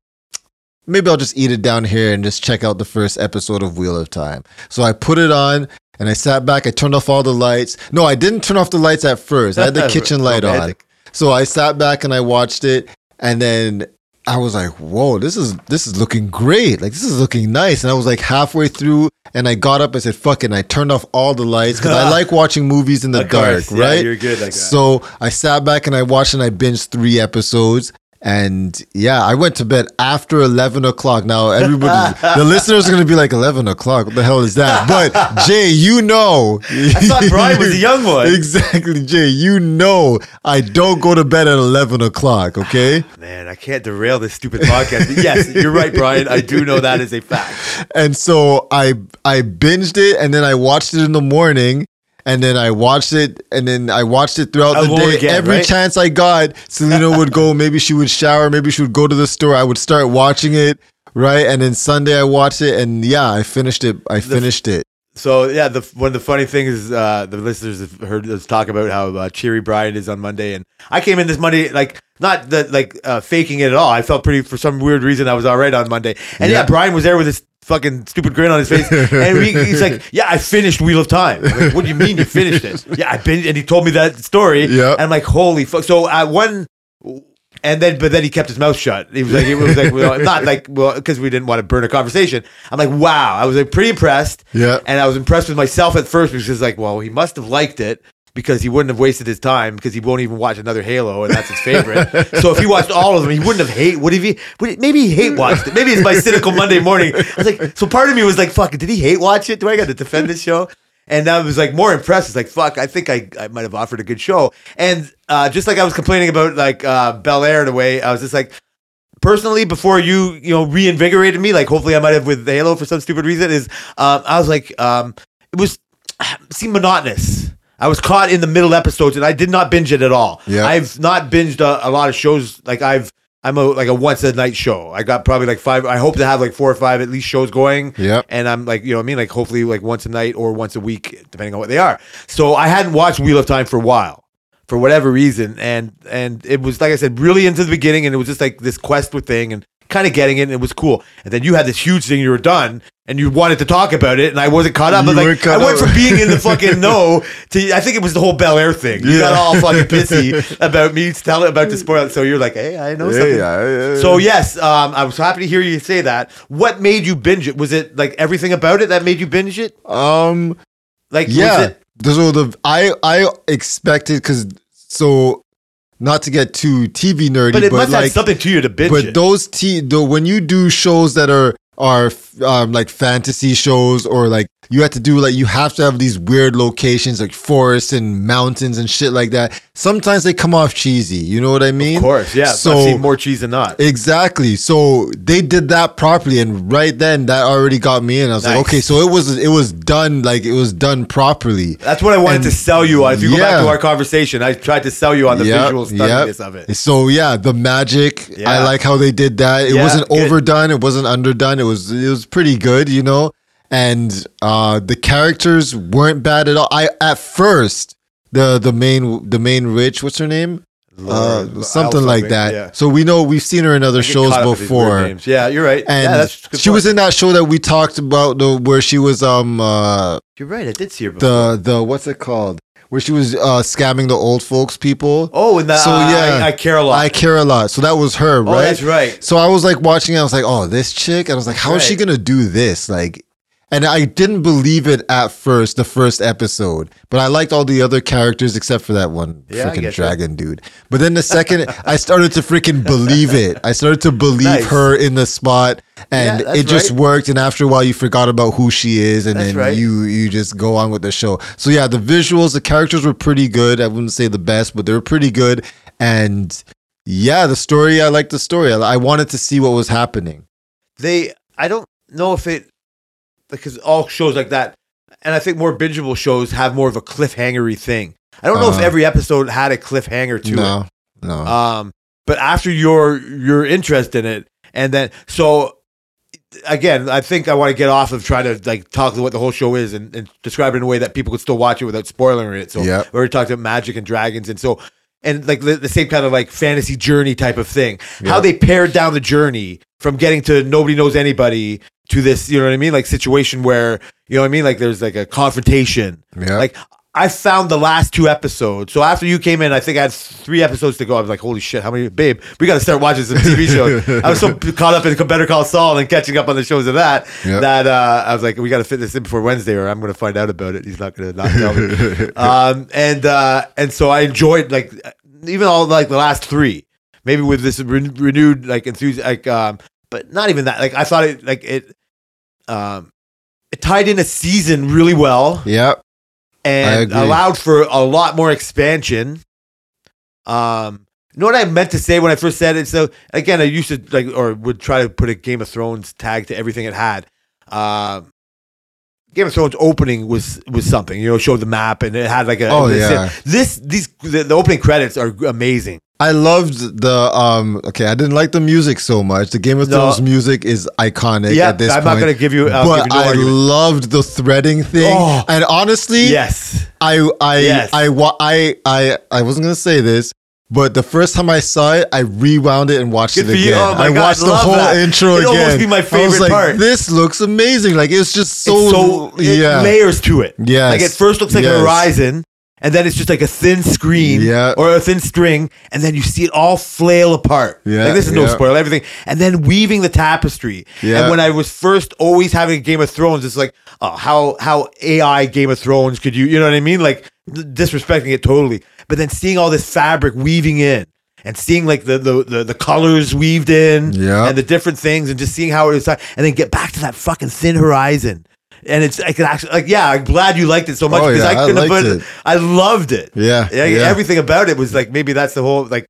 Maybe I'll just eat it down here and just check out the first episode of Wheel of Time. So I put it on and I sat back. I turned off all the lights. No, I didn't turn off the lights at first. I had the kitchen light on. Romantic. So I sat back and I watched it, and then I was like, "Whoa, this is this is looking great! Like this is looking nice." And I was like halfway through, and I got up and said, "Fuck it!" And I turned off all the lights because I like watching movies in the Of course, dark, yeah, right? you're good like that. So I sat back and I watched and I binged three episodes. And yeah, I went to bed after 11 o'clock. Now, everybody, the listeners are going to be like, 11 o'clock? What the hell is that? But Jay, you know. I thought Brian was the young one. Exactly, Jay. You know, I don't go to bed at 11 o'clock, okay? Man, I can't derail this stupid podcast. But yes, you're right, Brian. I do know that is a fact. and so I I binged it and then I watched it in the morning and then I watched it and then I watched it throughout the Alone day. again, Every right? chance I got, Selena would go, maybe she would shower, maybe she would go to the store. I would start watching it, right? And then Sunday I watched it and yeah, I finished it. I finished it. So yeah, the one of the funny things is uh, the listeners have heard us talk about how uh, cheery Brian is on Monday, and I came in this Monday like not that like uh, faking it at all. I felt pretty for some weird reason I was all right on Monday, and yeah, Yeah. Brian was there with his fucking stupid grin on his face, and we, he's like, "Yeah, I finished Wheel of Time." I'm like, what do you mean you finished it? Yeah, I've been, and he told me that story. Yeah. and I'm like, "Holy fuck!" So I one And then, but then he kept his mouth shut. He was like, he was like, well, not like, well, because we didn't want to burn a conversation. I'm like, wow. I was like pretty impressed. Yeah. And I was impressed with myself at first because it's like, well, he must have liked it because he wouldn't have wasted his time because he won't even watch another Halo and that's his favorite. so if he watched all of them, he wouldn't have hate. Would he? be- Would he, maybe he hate watched it? Maybe it's my cynical Monday morning. I was like, so part of me was like, fuck, did he hate watch it? Do I got to defend this show? And I was like more impressed. It's like fuck. I think I, I might have offered a good show. And uh, just like I was complaining about like uh, Bel Air in a way, I was just like, personally before you you know reinvigorated me like hopefully i might have with halo for some stupid reason is um, i was like um, it was seemed monotonous i was caught in the middle episodes and i did not binge it at all Yeah. i've not binged a, a lot of shows like i've i'm a like a once a night show i got probably like five i hope to have like four or five at least shows going Yep. and i'm like you know what i mean like hopefully like once a night or once a week depending on what they are so i hadn't watched wheel of time for a while for whatever reason and and it was like i said really into the beginning and it was just like this quest with thing and kind of getting it and it was cool and then you had this huge thing you were done and you wanted to talk about it, and I wasn't caught up. I, was You like, weren't caught I went up. from being in the fucking know to I think it was the whole Bel Air thing. You got Yeah. all fucking pissy about me telling about the spoiler. So you're like, hey, I know something. So yes, um, I was happy to hear you say that. What made you binge it? Was it like everything about it that made you binge it? um, Like was yeah. it- So the I I expected because so not to get too TV nerdy, but but, it must have like something to you to binge but it. those t the when you do shows that are are f- um, like fantasy shows or like you have to do like you have to have these weird locations like forests and mountains and shit like that. Sometimes they come off cheesy. You know what I mean? of course, yeah. So, I've So seen more cheese than not. exactly. So they did that properly, and right then that already got me in. I was Nice. like, okay, so it was it was done like it was done properly. That's what I wanted And- to sell you on. If you go back Yeah. to our conversation, I tried to sell you on the Yep, visual yep. Uh, stunningness of it. So yeah, the magic. Yeah. I like how they did that. It Yeah, wasn't good. overdone. It wasn't underdone. It was it was pretty good, you know. And uh, the characters weren't bad at all. I at first the the main the main witch. What's her name? Uh, Lord, something Alpha, like maybe, that. yeah. So we know we've seen her in other I get shows caught up with these weird before. names. Yeah, you're right. And yeah, that's a good she point. was in that show that we talked about, the, where she was um uh, You're right. I did see her. Before. the the what's it called? Where she was uh, scamming the old folks people. oh, and the so, uh, yeah. I, I care a lot. I care a lot. So that was her, oh, right? that's right. So I was like watching, it, I was like, oh, this chick. And I was like, how is she Right. gonna do this? Like, and I didn't believe it at first, the first episode. But I liked all the other characters except for that one Yeah, I freaking get dragon dude. But then the second, I started to freaking believe it. I started to believe Nice. her in the spot, and Yeah, that's it just right. worked. And after a while, you forgot about who she is, and That's then right. you you just go on with the show. So yeah, the visuals, the characters were pretty good. I wouldn't say the best, but they were pretty good. And yeah, the story. I liked the story. I, I wanted to see what was happening. They. I don't know if it because all shows like that, and I think more bingeable shows have more of a cliffhangery thing. I don't know if Uh-huh. every episode had a cliffhanger to it. no, no. Um, but after your your interest in it, and then so again, I think I want to get off of trying to like talk to what the whole show is and, and describe it in a way that people could still watch it without spoiling it. So Yep. we already talked about magic and dragons, and so and like the, the same kind of like fantasy journey type of thing. How Yep. they pared down the journey from getting to nobody knows anybody to this, you know what I mean? Like situation where you know what I mean? Like there's like a confrontation. yeah. Like I found the last two episodes. So after you came in, I think I had three episodes to go. I was like, "Holy shit, how many, babe? We got to start watching some TV shows." I was so caught up in Better Call Saul and catching up on the shows of that Yeah. that uh, I was like, "We got to fit this in before Wednesday, or I'm going to find out about it." He's not going to not tell me. um, and uh, and so I enjoyed like even all like the last three, maybe with this re- renewed like enthusiasm, like um, but not even that. Like I thought it like it. Um, it tied in a season really well yeah. and agree. allowed for a lot more expansion. Um, you know what I meant to say when I first said it? So again, I used to like or would try to put a Game of Thrones tag to everything it had. Um, Game of Thrones opening was was something. You know, showed the map and it had like a Oh, this, yeah. this these the, the opening credits are amazing. I loved the um. Okay, I didn't like the music so much. The Game of No. Thrones music is iconic Yeah, at this I'm point. not gonna give you. I'll give but you no I argument. loved the threading thing, Oh. and honestly, yes, I I Yes. I wa- I I I wasn't gonna say this, but the first time I saw it, I rewound it and watched Good it for you. again. Oh my I God, watched the love whole that. intro It'd again. almost be my I favorite was like, part. This looks amazing. Like it's just so, it's so yeah. it layers to it. Yes. Like it first looks like a Yes. horizon, and then it's just like a thin screen Yeah. or a thin string, and then you see it all flail apart. Yeah, Like this is no yeah. spoiler, everything. And then weaving the tapestry. Yeah. And when I was first always having Game of Thrones, it's like, oh, how how AI Game of Thrones could you you know what I mean? Like d- disrespecting it totally. But then seeing all this fabric weaving in. And seeing like the, the the the colors weaved in, Yeah. and the different things, and just seeing how it was, and then get back to that fucking thin horizon, and it's I could actually like yeah, I'm glad you liked it so much Oh, because yeah, I I couldn't have liked put it. I loved it. yeah, Yeah, yeah. everything about it was like maybe that's the whole like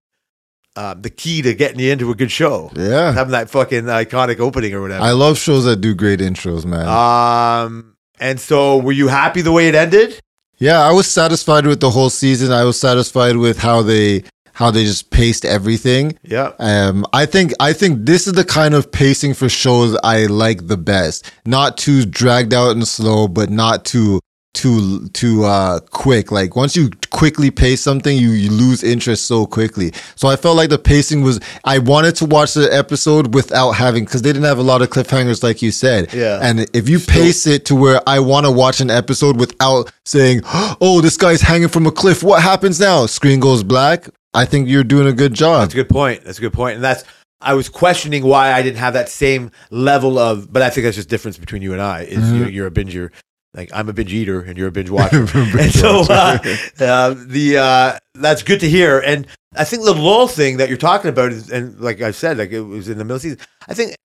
um, the key to getting you into a good show. Yeah. Having that fucking iconic opening or whatever. I love shows that do great intros, man. um, and so were you happy the way it ended? yeah, I was satisfied with the whole season. I was satisfied with how they how they just paced everything. Yeah. Um, I think I think this is the kind of pacing for shows I like the best. Not too dragged out and slow, but not too too too uh quick like once you quickly pace something you, you lose interest so quickly so i felt like the pacing was i wanted to watch the episode without having because they didn't have a lot of cliffhangers like you said Yeah. and if you pace it to where i want to watch an episode without saying oh this guy's hanging from a cliff what happens now screen goes black i think you're doing a good job That's a good point. That's a good point. And that's I was questioning why I didn't have that same level of, but I think that's just difference between you and I. Is Mm-hmm. you're, you're a binger, like I'm a binge eater and you're a binge watcher. and so uh, uh, the uh, that's good to hear. And I think the lull thing that you're talking about is, and like I said, like it was in the middle season. I think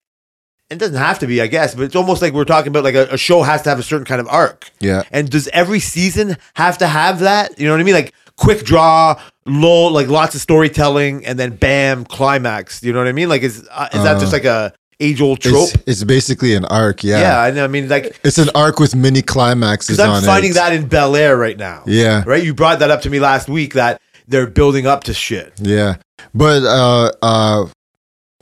it doesn't have to be, I guess, but it's almost like we're talking about like a, a show has to have a certain kind of arc. yeah And does every season have to have that? You know what I mean? Like quick draw, lull, like lots of storytelling, and then bam, climax. You know what I mean? Like is uh, is that just like a age old trope? it's, it's basically an arc yeah, Yeah, I know. I mean, like it's an arc with mini climaxes because I'm on finding it that in Bel Air right now. yeah Right. You brought that up to me last week that they're building up to shit. Yeah, but uh, uh,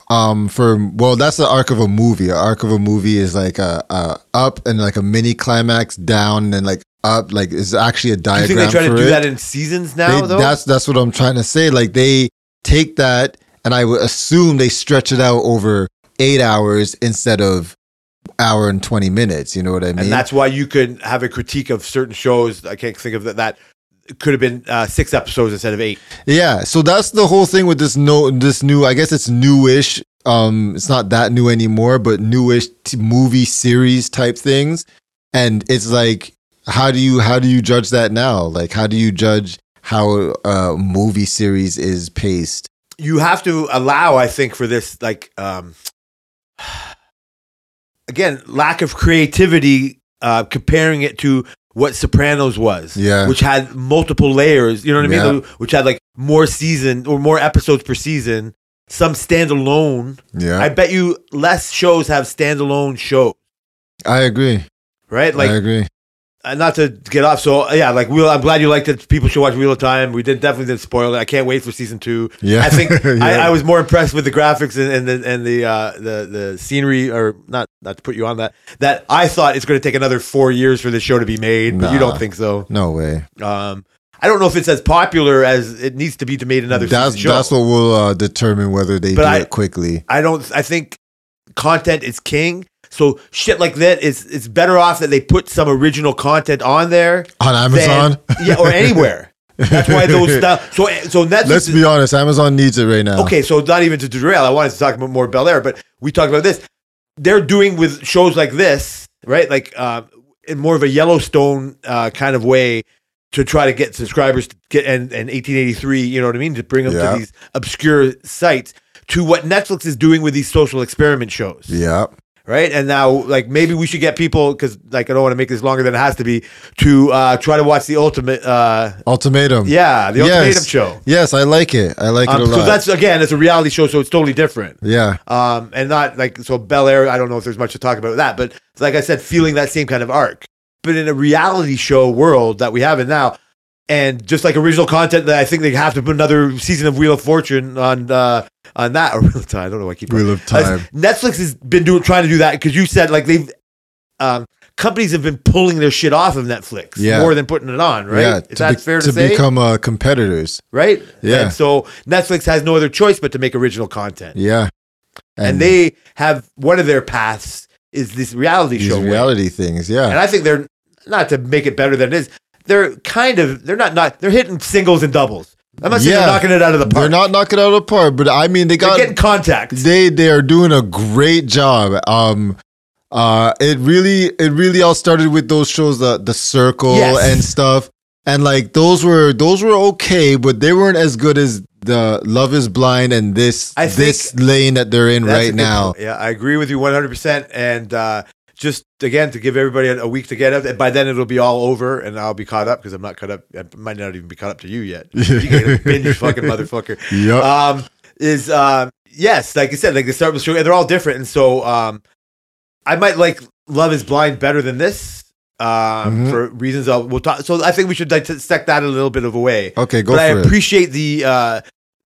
um, for well, that's the arc of a movie. An arc of a movie is like a, a up and like a mini climax down and then like up. Like it's actually a Do you diagram. think they try to for do it. that in seasons They- now? though. that's that's what I'm trying to say. Like they take that, and I would assume they stretch it out over eight hours instead of hour and twenty minutes. You know what I mean? and that's why you could have a critique of certain shows. I can't think of that. That could have been uh, six episodes instead of eight. Yeah, so that's the whole thing with this no this new I guess it's newish um it's not that new anymore but newish t- movie series type things and it's like how do you how do you judge that now? Like how do you judge how a movie series is paced? you have to allow, I think, for this like um again, lack of creativity, uh comparing it to what Sopranos was. Yeah. Which had multiple layers, you know what I mean? Yeah. Which had like more season or more episodes per season. Some standalone. I Yeah. bet you less shows have standalone show, I, agree. right? I Like agree. uh, not to get off. So uh, yeah, like Wheel. I'm glad you liked it. People should watch Wheel of Time. We did definitely didn't spoil it. I can't wait for season two. Yeah. I think Yeah. I, I was more impressed with the graphics and, and the and the uh, the the scenery, or not not to put you on that. That I thought it's going to take another four years for this show to be made, but you Nah. don't think so. No way. Um, I don't know if it's as popular as it needs to be to made another That's season show. that's what will uh, determine whether they But do I- it quickly. I don't. I think content is king. So shit like that is it's better off that they put some original content on there. On than- Amazon? yeah, or anywhere. That's why those stuff. So so Netflix. Let's be honest, Amazon needs it right now. okay, so not even to derail. I wanted to talk about more Bel Air, but we talked about this. They're doing with shows like this, right? Like uh, in more of a Yellowstone uh, kind of way to try to get subscribers to get and, and 1883. You know what I mean? To bring them Yeah. to these obscure sites. To what Netflix is doing with these social experiment shows Yeah. right? And now, like, maybe we should get people because, like, I don't want to make this longer than it has to be to uh, try to watch the ultimate. Uh, Ultimatum. yeah, the ultimatum Yes. show. Yes, I like it. I like Um, it a so lot. that's again, it's a reality show, so it's totally different. yeah. Um, and not like so Bel Air. I don't know if there's much to talk about with that, but like I said, feeling that same kind of arc. But in a reality show world that we have in now, and just like original content, that I think they have to put another season of Wheel of Fortune on uh, on that. Or Wheel of Time. I don't know why I keep Wheel of That's- Time. Netflix has been doing trying to do that because you said like they've um, companies have been pulling their shit off of Netflix Yeah. more than putting it on, right? Yeah, Is that be- fair to, say? become uh, competitors. right? Yeah. And so Netflix has no other choice but to make original content, Yeah, and, they have one of their paths is this reality these show, way. reality things. Yeah, and I think they're not to make it better than it is. They're kind of they're not not they're hitting singles and doubles. I'm not saying Yeah. they're knocking it out of the park. they're not knocking it out of the park, but I mean they They're got getting contacts. they they are doing a great job. Um, uh, it really it really all started with those shows, the the Circle Yes. and stuff, and like those were those were okay, but they weren't as good as the Love Is Blind and this I think- this lane that they're in That's a right good now. point. Yeah, I agree with you 100%. And uh, just again, to give everybody a, a week to get up. And by then, it'll be all over and I'll be caught up because I'm not caught up. I might not even be caught up to you yet. You can binge fucking motherfucker. Yup. Um, is, um, yes, like you said, like they start with, and they're all different. And so um, I might like Love is Blind better than this. Um, Mhm. For reasons I'll, we'll talk. So I think we should dissect that a little bit of a way okay, go but I for it. appreciate the uh,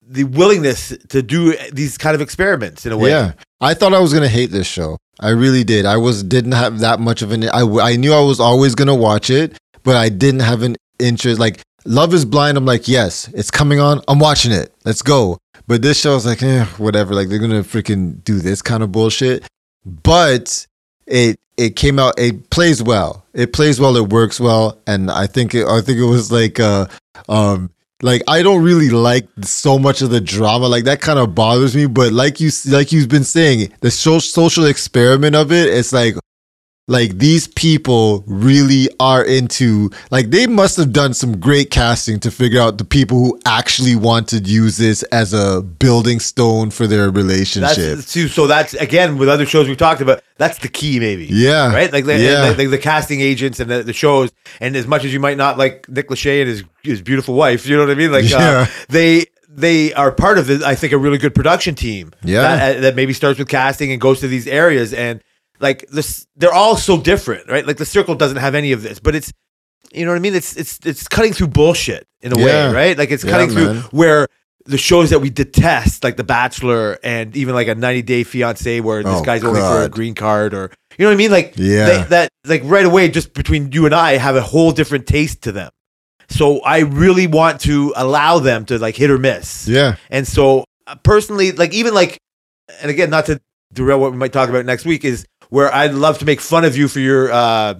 the willingness to do uh, these kind of experiments in a way. Yeah, I thought I was gonna hate this show. I really did. I was didn't have that much of an. I w- I knew I was always gonna watch it, but I didn't have an interest. Like Love is Blind, I'm like, yes, it's coming on. I'm watching it. Let's go. But this show is like, eh, whatever. Like they're gonna freaking do this kind of bullshit. But it it came out. It plays well. It plays well. It works well. And I think it, I think it was like uh um like I don't really like so much of the drama. Like that kind of bothers me. But like you like you've been saying, the so- social experiment of it, it's like like these people really are into like they must have done some great casting to figure out the people who actually want to use this as a building stone for their relationship. That's too. So that's again with other shows we've talked about. That's the key, maybe. Yeah. Right. Like, like, Yeah. like, like the casting agents and the, the shows. And as much as you might not like Nick Lachey and his his beautiful wife, you know what I mean. Like, Yeah. uh, they they are part of this. I think a really good production team. Yeah. That, uh, that maybe starts with casting and goes to these areas and like this. They're all so different, right? Like the circle doesn't have any of this, but it's you know what I mean. It's it's it's cutting through bullshit in a Yeah. way, right? Like it's Yeah, cutting through man. where the shows that we detest, like The Bachelor and even like a 90 Day Fiance, where this Oh, guy's only for a God. green card or you know what I mean? Like Yeah. they, that like right away, just between you and I, have a whole different taste to them. So I really want to allow them to like hit or miss. yeah. And so uh, personally, like even like, and again, not to derail what we might talk about next week is where I'd love to make fun of you for your uh,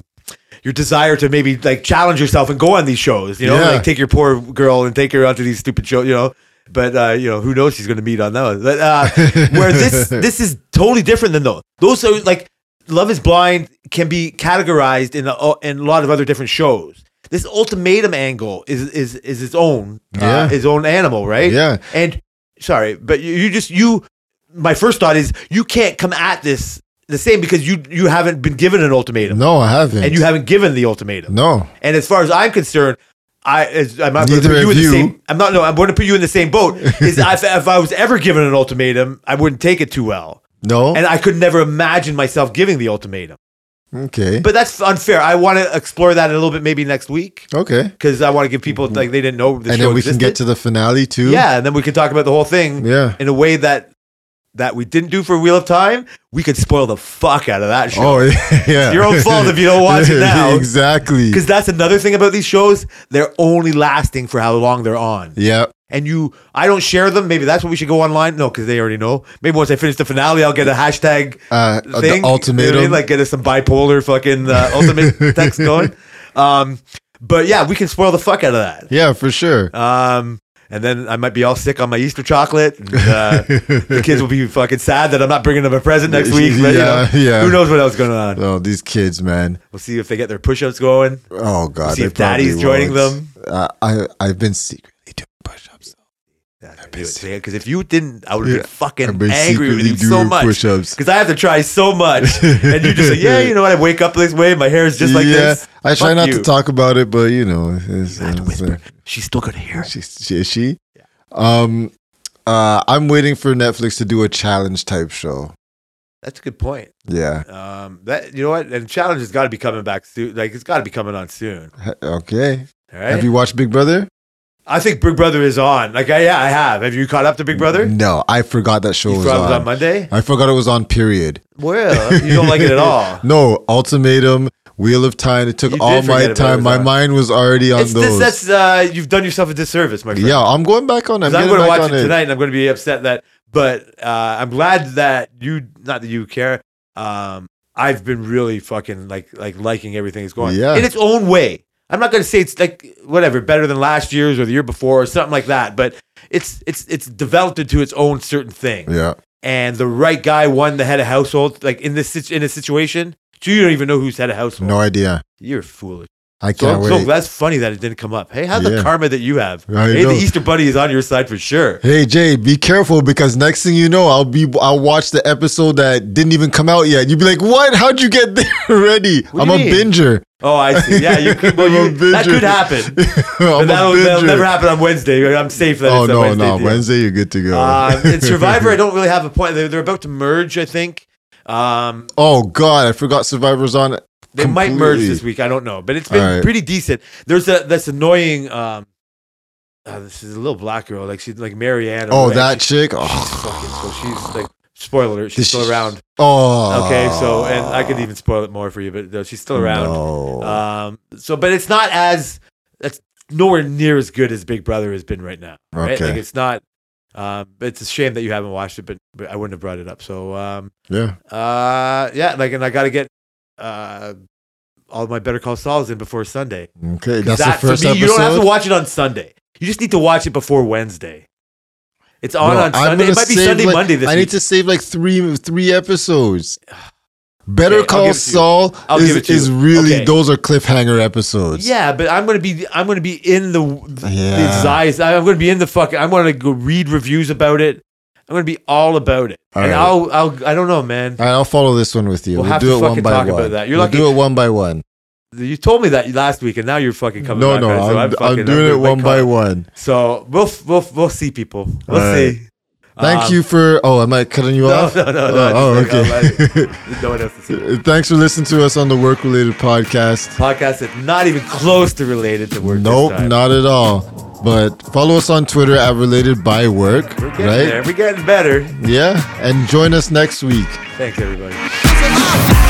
your desire to maybe like challenge yourself and go on these shows. You know, Yeah. like take your poor girl and take her onto these stupid shows. You know. But uh, you know who knows she's going to meet on those. But, uh, where this this is totally different than those. Those are like Love Is Blind can be categorized in a, in a lot of other different shows. This ultimatum angle is is is its own Yeah. uh, its own animal, right? Yeah. And sorry, but you, you just you. My first thought is you can't come at this the same because you you haven't been given an ultimatum No, I haven't. and you haven't given the ultimatum. No. And as far as I'm concerned, I as, I'm not going to Neither put you have in the you. same. I'm not. No, I'm going to put you in the same boat. Is if, if I was ever given an ultimatum, I wouldn't take it too well, No. and I could never imagine myself giving the ultimatum. okay. But that's unfair. I want to explore that a little bit maybe next week okay. because I want to give people like they didn't know. The Mm-hmm. And show then we can existed. get to the finale too. Yeah, and then we can talk about the whole thing Yeah. in a way that that we didn't do for Wheel of Time. We could spoil the fuck out of that show. Oh yeah. Your own fault if you don't watch it now. exactly. Because that's another thing about these shows, they're only lasting for how long they're on. Yeah. And you, I don't share them. Maybe that's what we should go online. No, because they already know. Maybe once I finish the finale, I'll get a hashtag Uh, the thing. You know what I ultimatum. mean? Like get us some bipolar fucking uh, ultimate text going. Um, but yeah, we can spoil the fuck out of that. Yeah, for sure. Um, and then I might be all sick on my Easter chocolate. And, uh, the kids will be fucking sad that I'm not bringing them a present next week. But, you know, Yeah, yeah. Who knows what else is going on? Oh, these kids, man. We'll see if they get their push-ups going. Oh God. See they if daddy's probably joining won't. Uh, I I've been secretly doing push-ups. Because if you didn't, I would have Yeah, been fucking I've been angry with secretly you so doing much. push-ups. Because I have to try so much, and you just say, "Yeah, you know what? I wake up this way. My hair is just like this." I try Fuck not you. to talk about it, but you know, it's, uh, I had to it's, whisper. She's still gonna hear. uh, she, she, is she? Um, uh, I'm waiting for Netflix to do a challenge type show. That's a good point. Yeah. Um, that you know what? And challenge has got to be coming back soon. Like it's got to be coming on soon. H- Okay. All right. Have you watched Big Brother? I think Big Brother is on. Like, I, yeah, I have. Have you caught up to Big Brother? No, I forgot that show you was thought it was Mm, on. on Monday. I forgot it was on. Period. Well, you don't like it at all. No, Ultimatum, Wheel of Time. It took You did all forget my about it time. was My on. mind was already on It's those. this, that's uh, you've done yourself a disservice, my friend. yeah, I'm going back on. it. I'm 'Cause I'm getting going to back watch on it it. tonight, and I'm going to be upset that. But uh, I'm glad that you, not that you care. Um, I've been really fucking like like liking everything that's going Yeah. in its own way. I'm not going to say it's like whatever better than last year's or the year before or something like that, but it's it's it's developed into its own certain thing. Yeah. and the right guy won the head of household, like in this sit- in a situation, so you don't even know who's head of household. No idea. You're foolish. I So, can't so wait. that's funny that it didn't come up. Hey, how's the Yeah. karma that you have? I hey, know. the Easter Bunny is on your side for sure. Hey Jay, be careful because next thing you know, I'll be I'll watch the episode that didn't even come out yet. You'd be like, "What? How'd you get there already?" What I'm do a you mean? binger. Oh, I see. Yeah, you could, well, you, I'm a that binger. could happen. But I'm that'll, a binger. that'll never happen on Wednesday. I'm safe that oh it's a no, Wednesday. no, deal. Wednesday you're good to go. Um, in Survivor, I don't really have a point. They're, they're about to merge, I think. Um, oh God, I forgot Survivor's on. They might merge completely. this week. I don't know, but it's been All right. pretty decent. There's a that's annoying. Um, uh, this is a little black girl, like she's like Marianne. or Oh, whatever. that She- chick. she's Oh, fucking- so she's like Spoiler alert, she's still around. Oh. Okay, so and I could even spoil it more for you, but no, she's still around. No. Um, so, but it's not as that's nowhere near as good as Big Brother has been right now. Right? Okay. Like it's not. Um, it's a shame that you haven't watched it, but, but I wouldn't have brought it up. So, um, yeah. uh, yeah, like, and I got to get uh, all my Better Call Sauls in before Sunday. Okay. 'Cause That's that, the first for me, episode. You don't have to watch it on Sunday. You just need to watch it before Wednesday. It's on No, on I'm Sunday. gonna It might be save, Sunday, like- Monday this I week. need to save like three three episodes. Better Okay, I'll Call give it to you. Saul I'll give is, it to is you. really Okay. those are cliffhanger episodes. Yeah, but I'm gonna be I'm gonna be in the the Yeah. zeitgeist. I'm gonna be in the fucking. I'm gonna go read reviews about it. I'm gonna be all about it. All and right. I'll I'll I don't know, man. All right, I'll follow this one with you. We'll We'll, have do to it one fucking by talk one. about that. You're we'll lucky- do it one by one. You told me that last week, and now you're fucking coming. No, back no, on it, so I'm, fucking- I'm doing it gonna one by call. one. So we'll f- we'll f- we'll see, people. We'll All right. see. Thank Um, you for. Oh, am I cutting you No, off? no, no, no. Oh, I just like, I'll oh, okay. let- no one else to see. Thanks for listening to us on the work related podcast. podcast that's not even close to related to work. Nope, this time. not at all. But follow us on Twitter at related by work, We're right? getting there. We're getting better. Yeah, and join us next week. Thanks, everybody. Survive.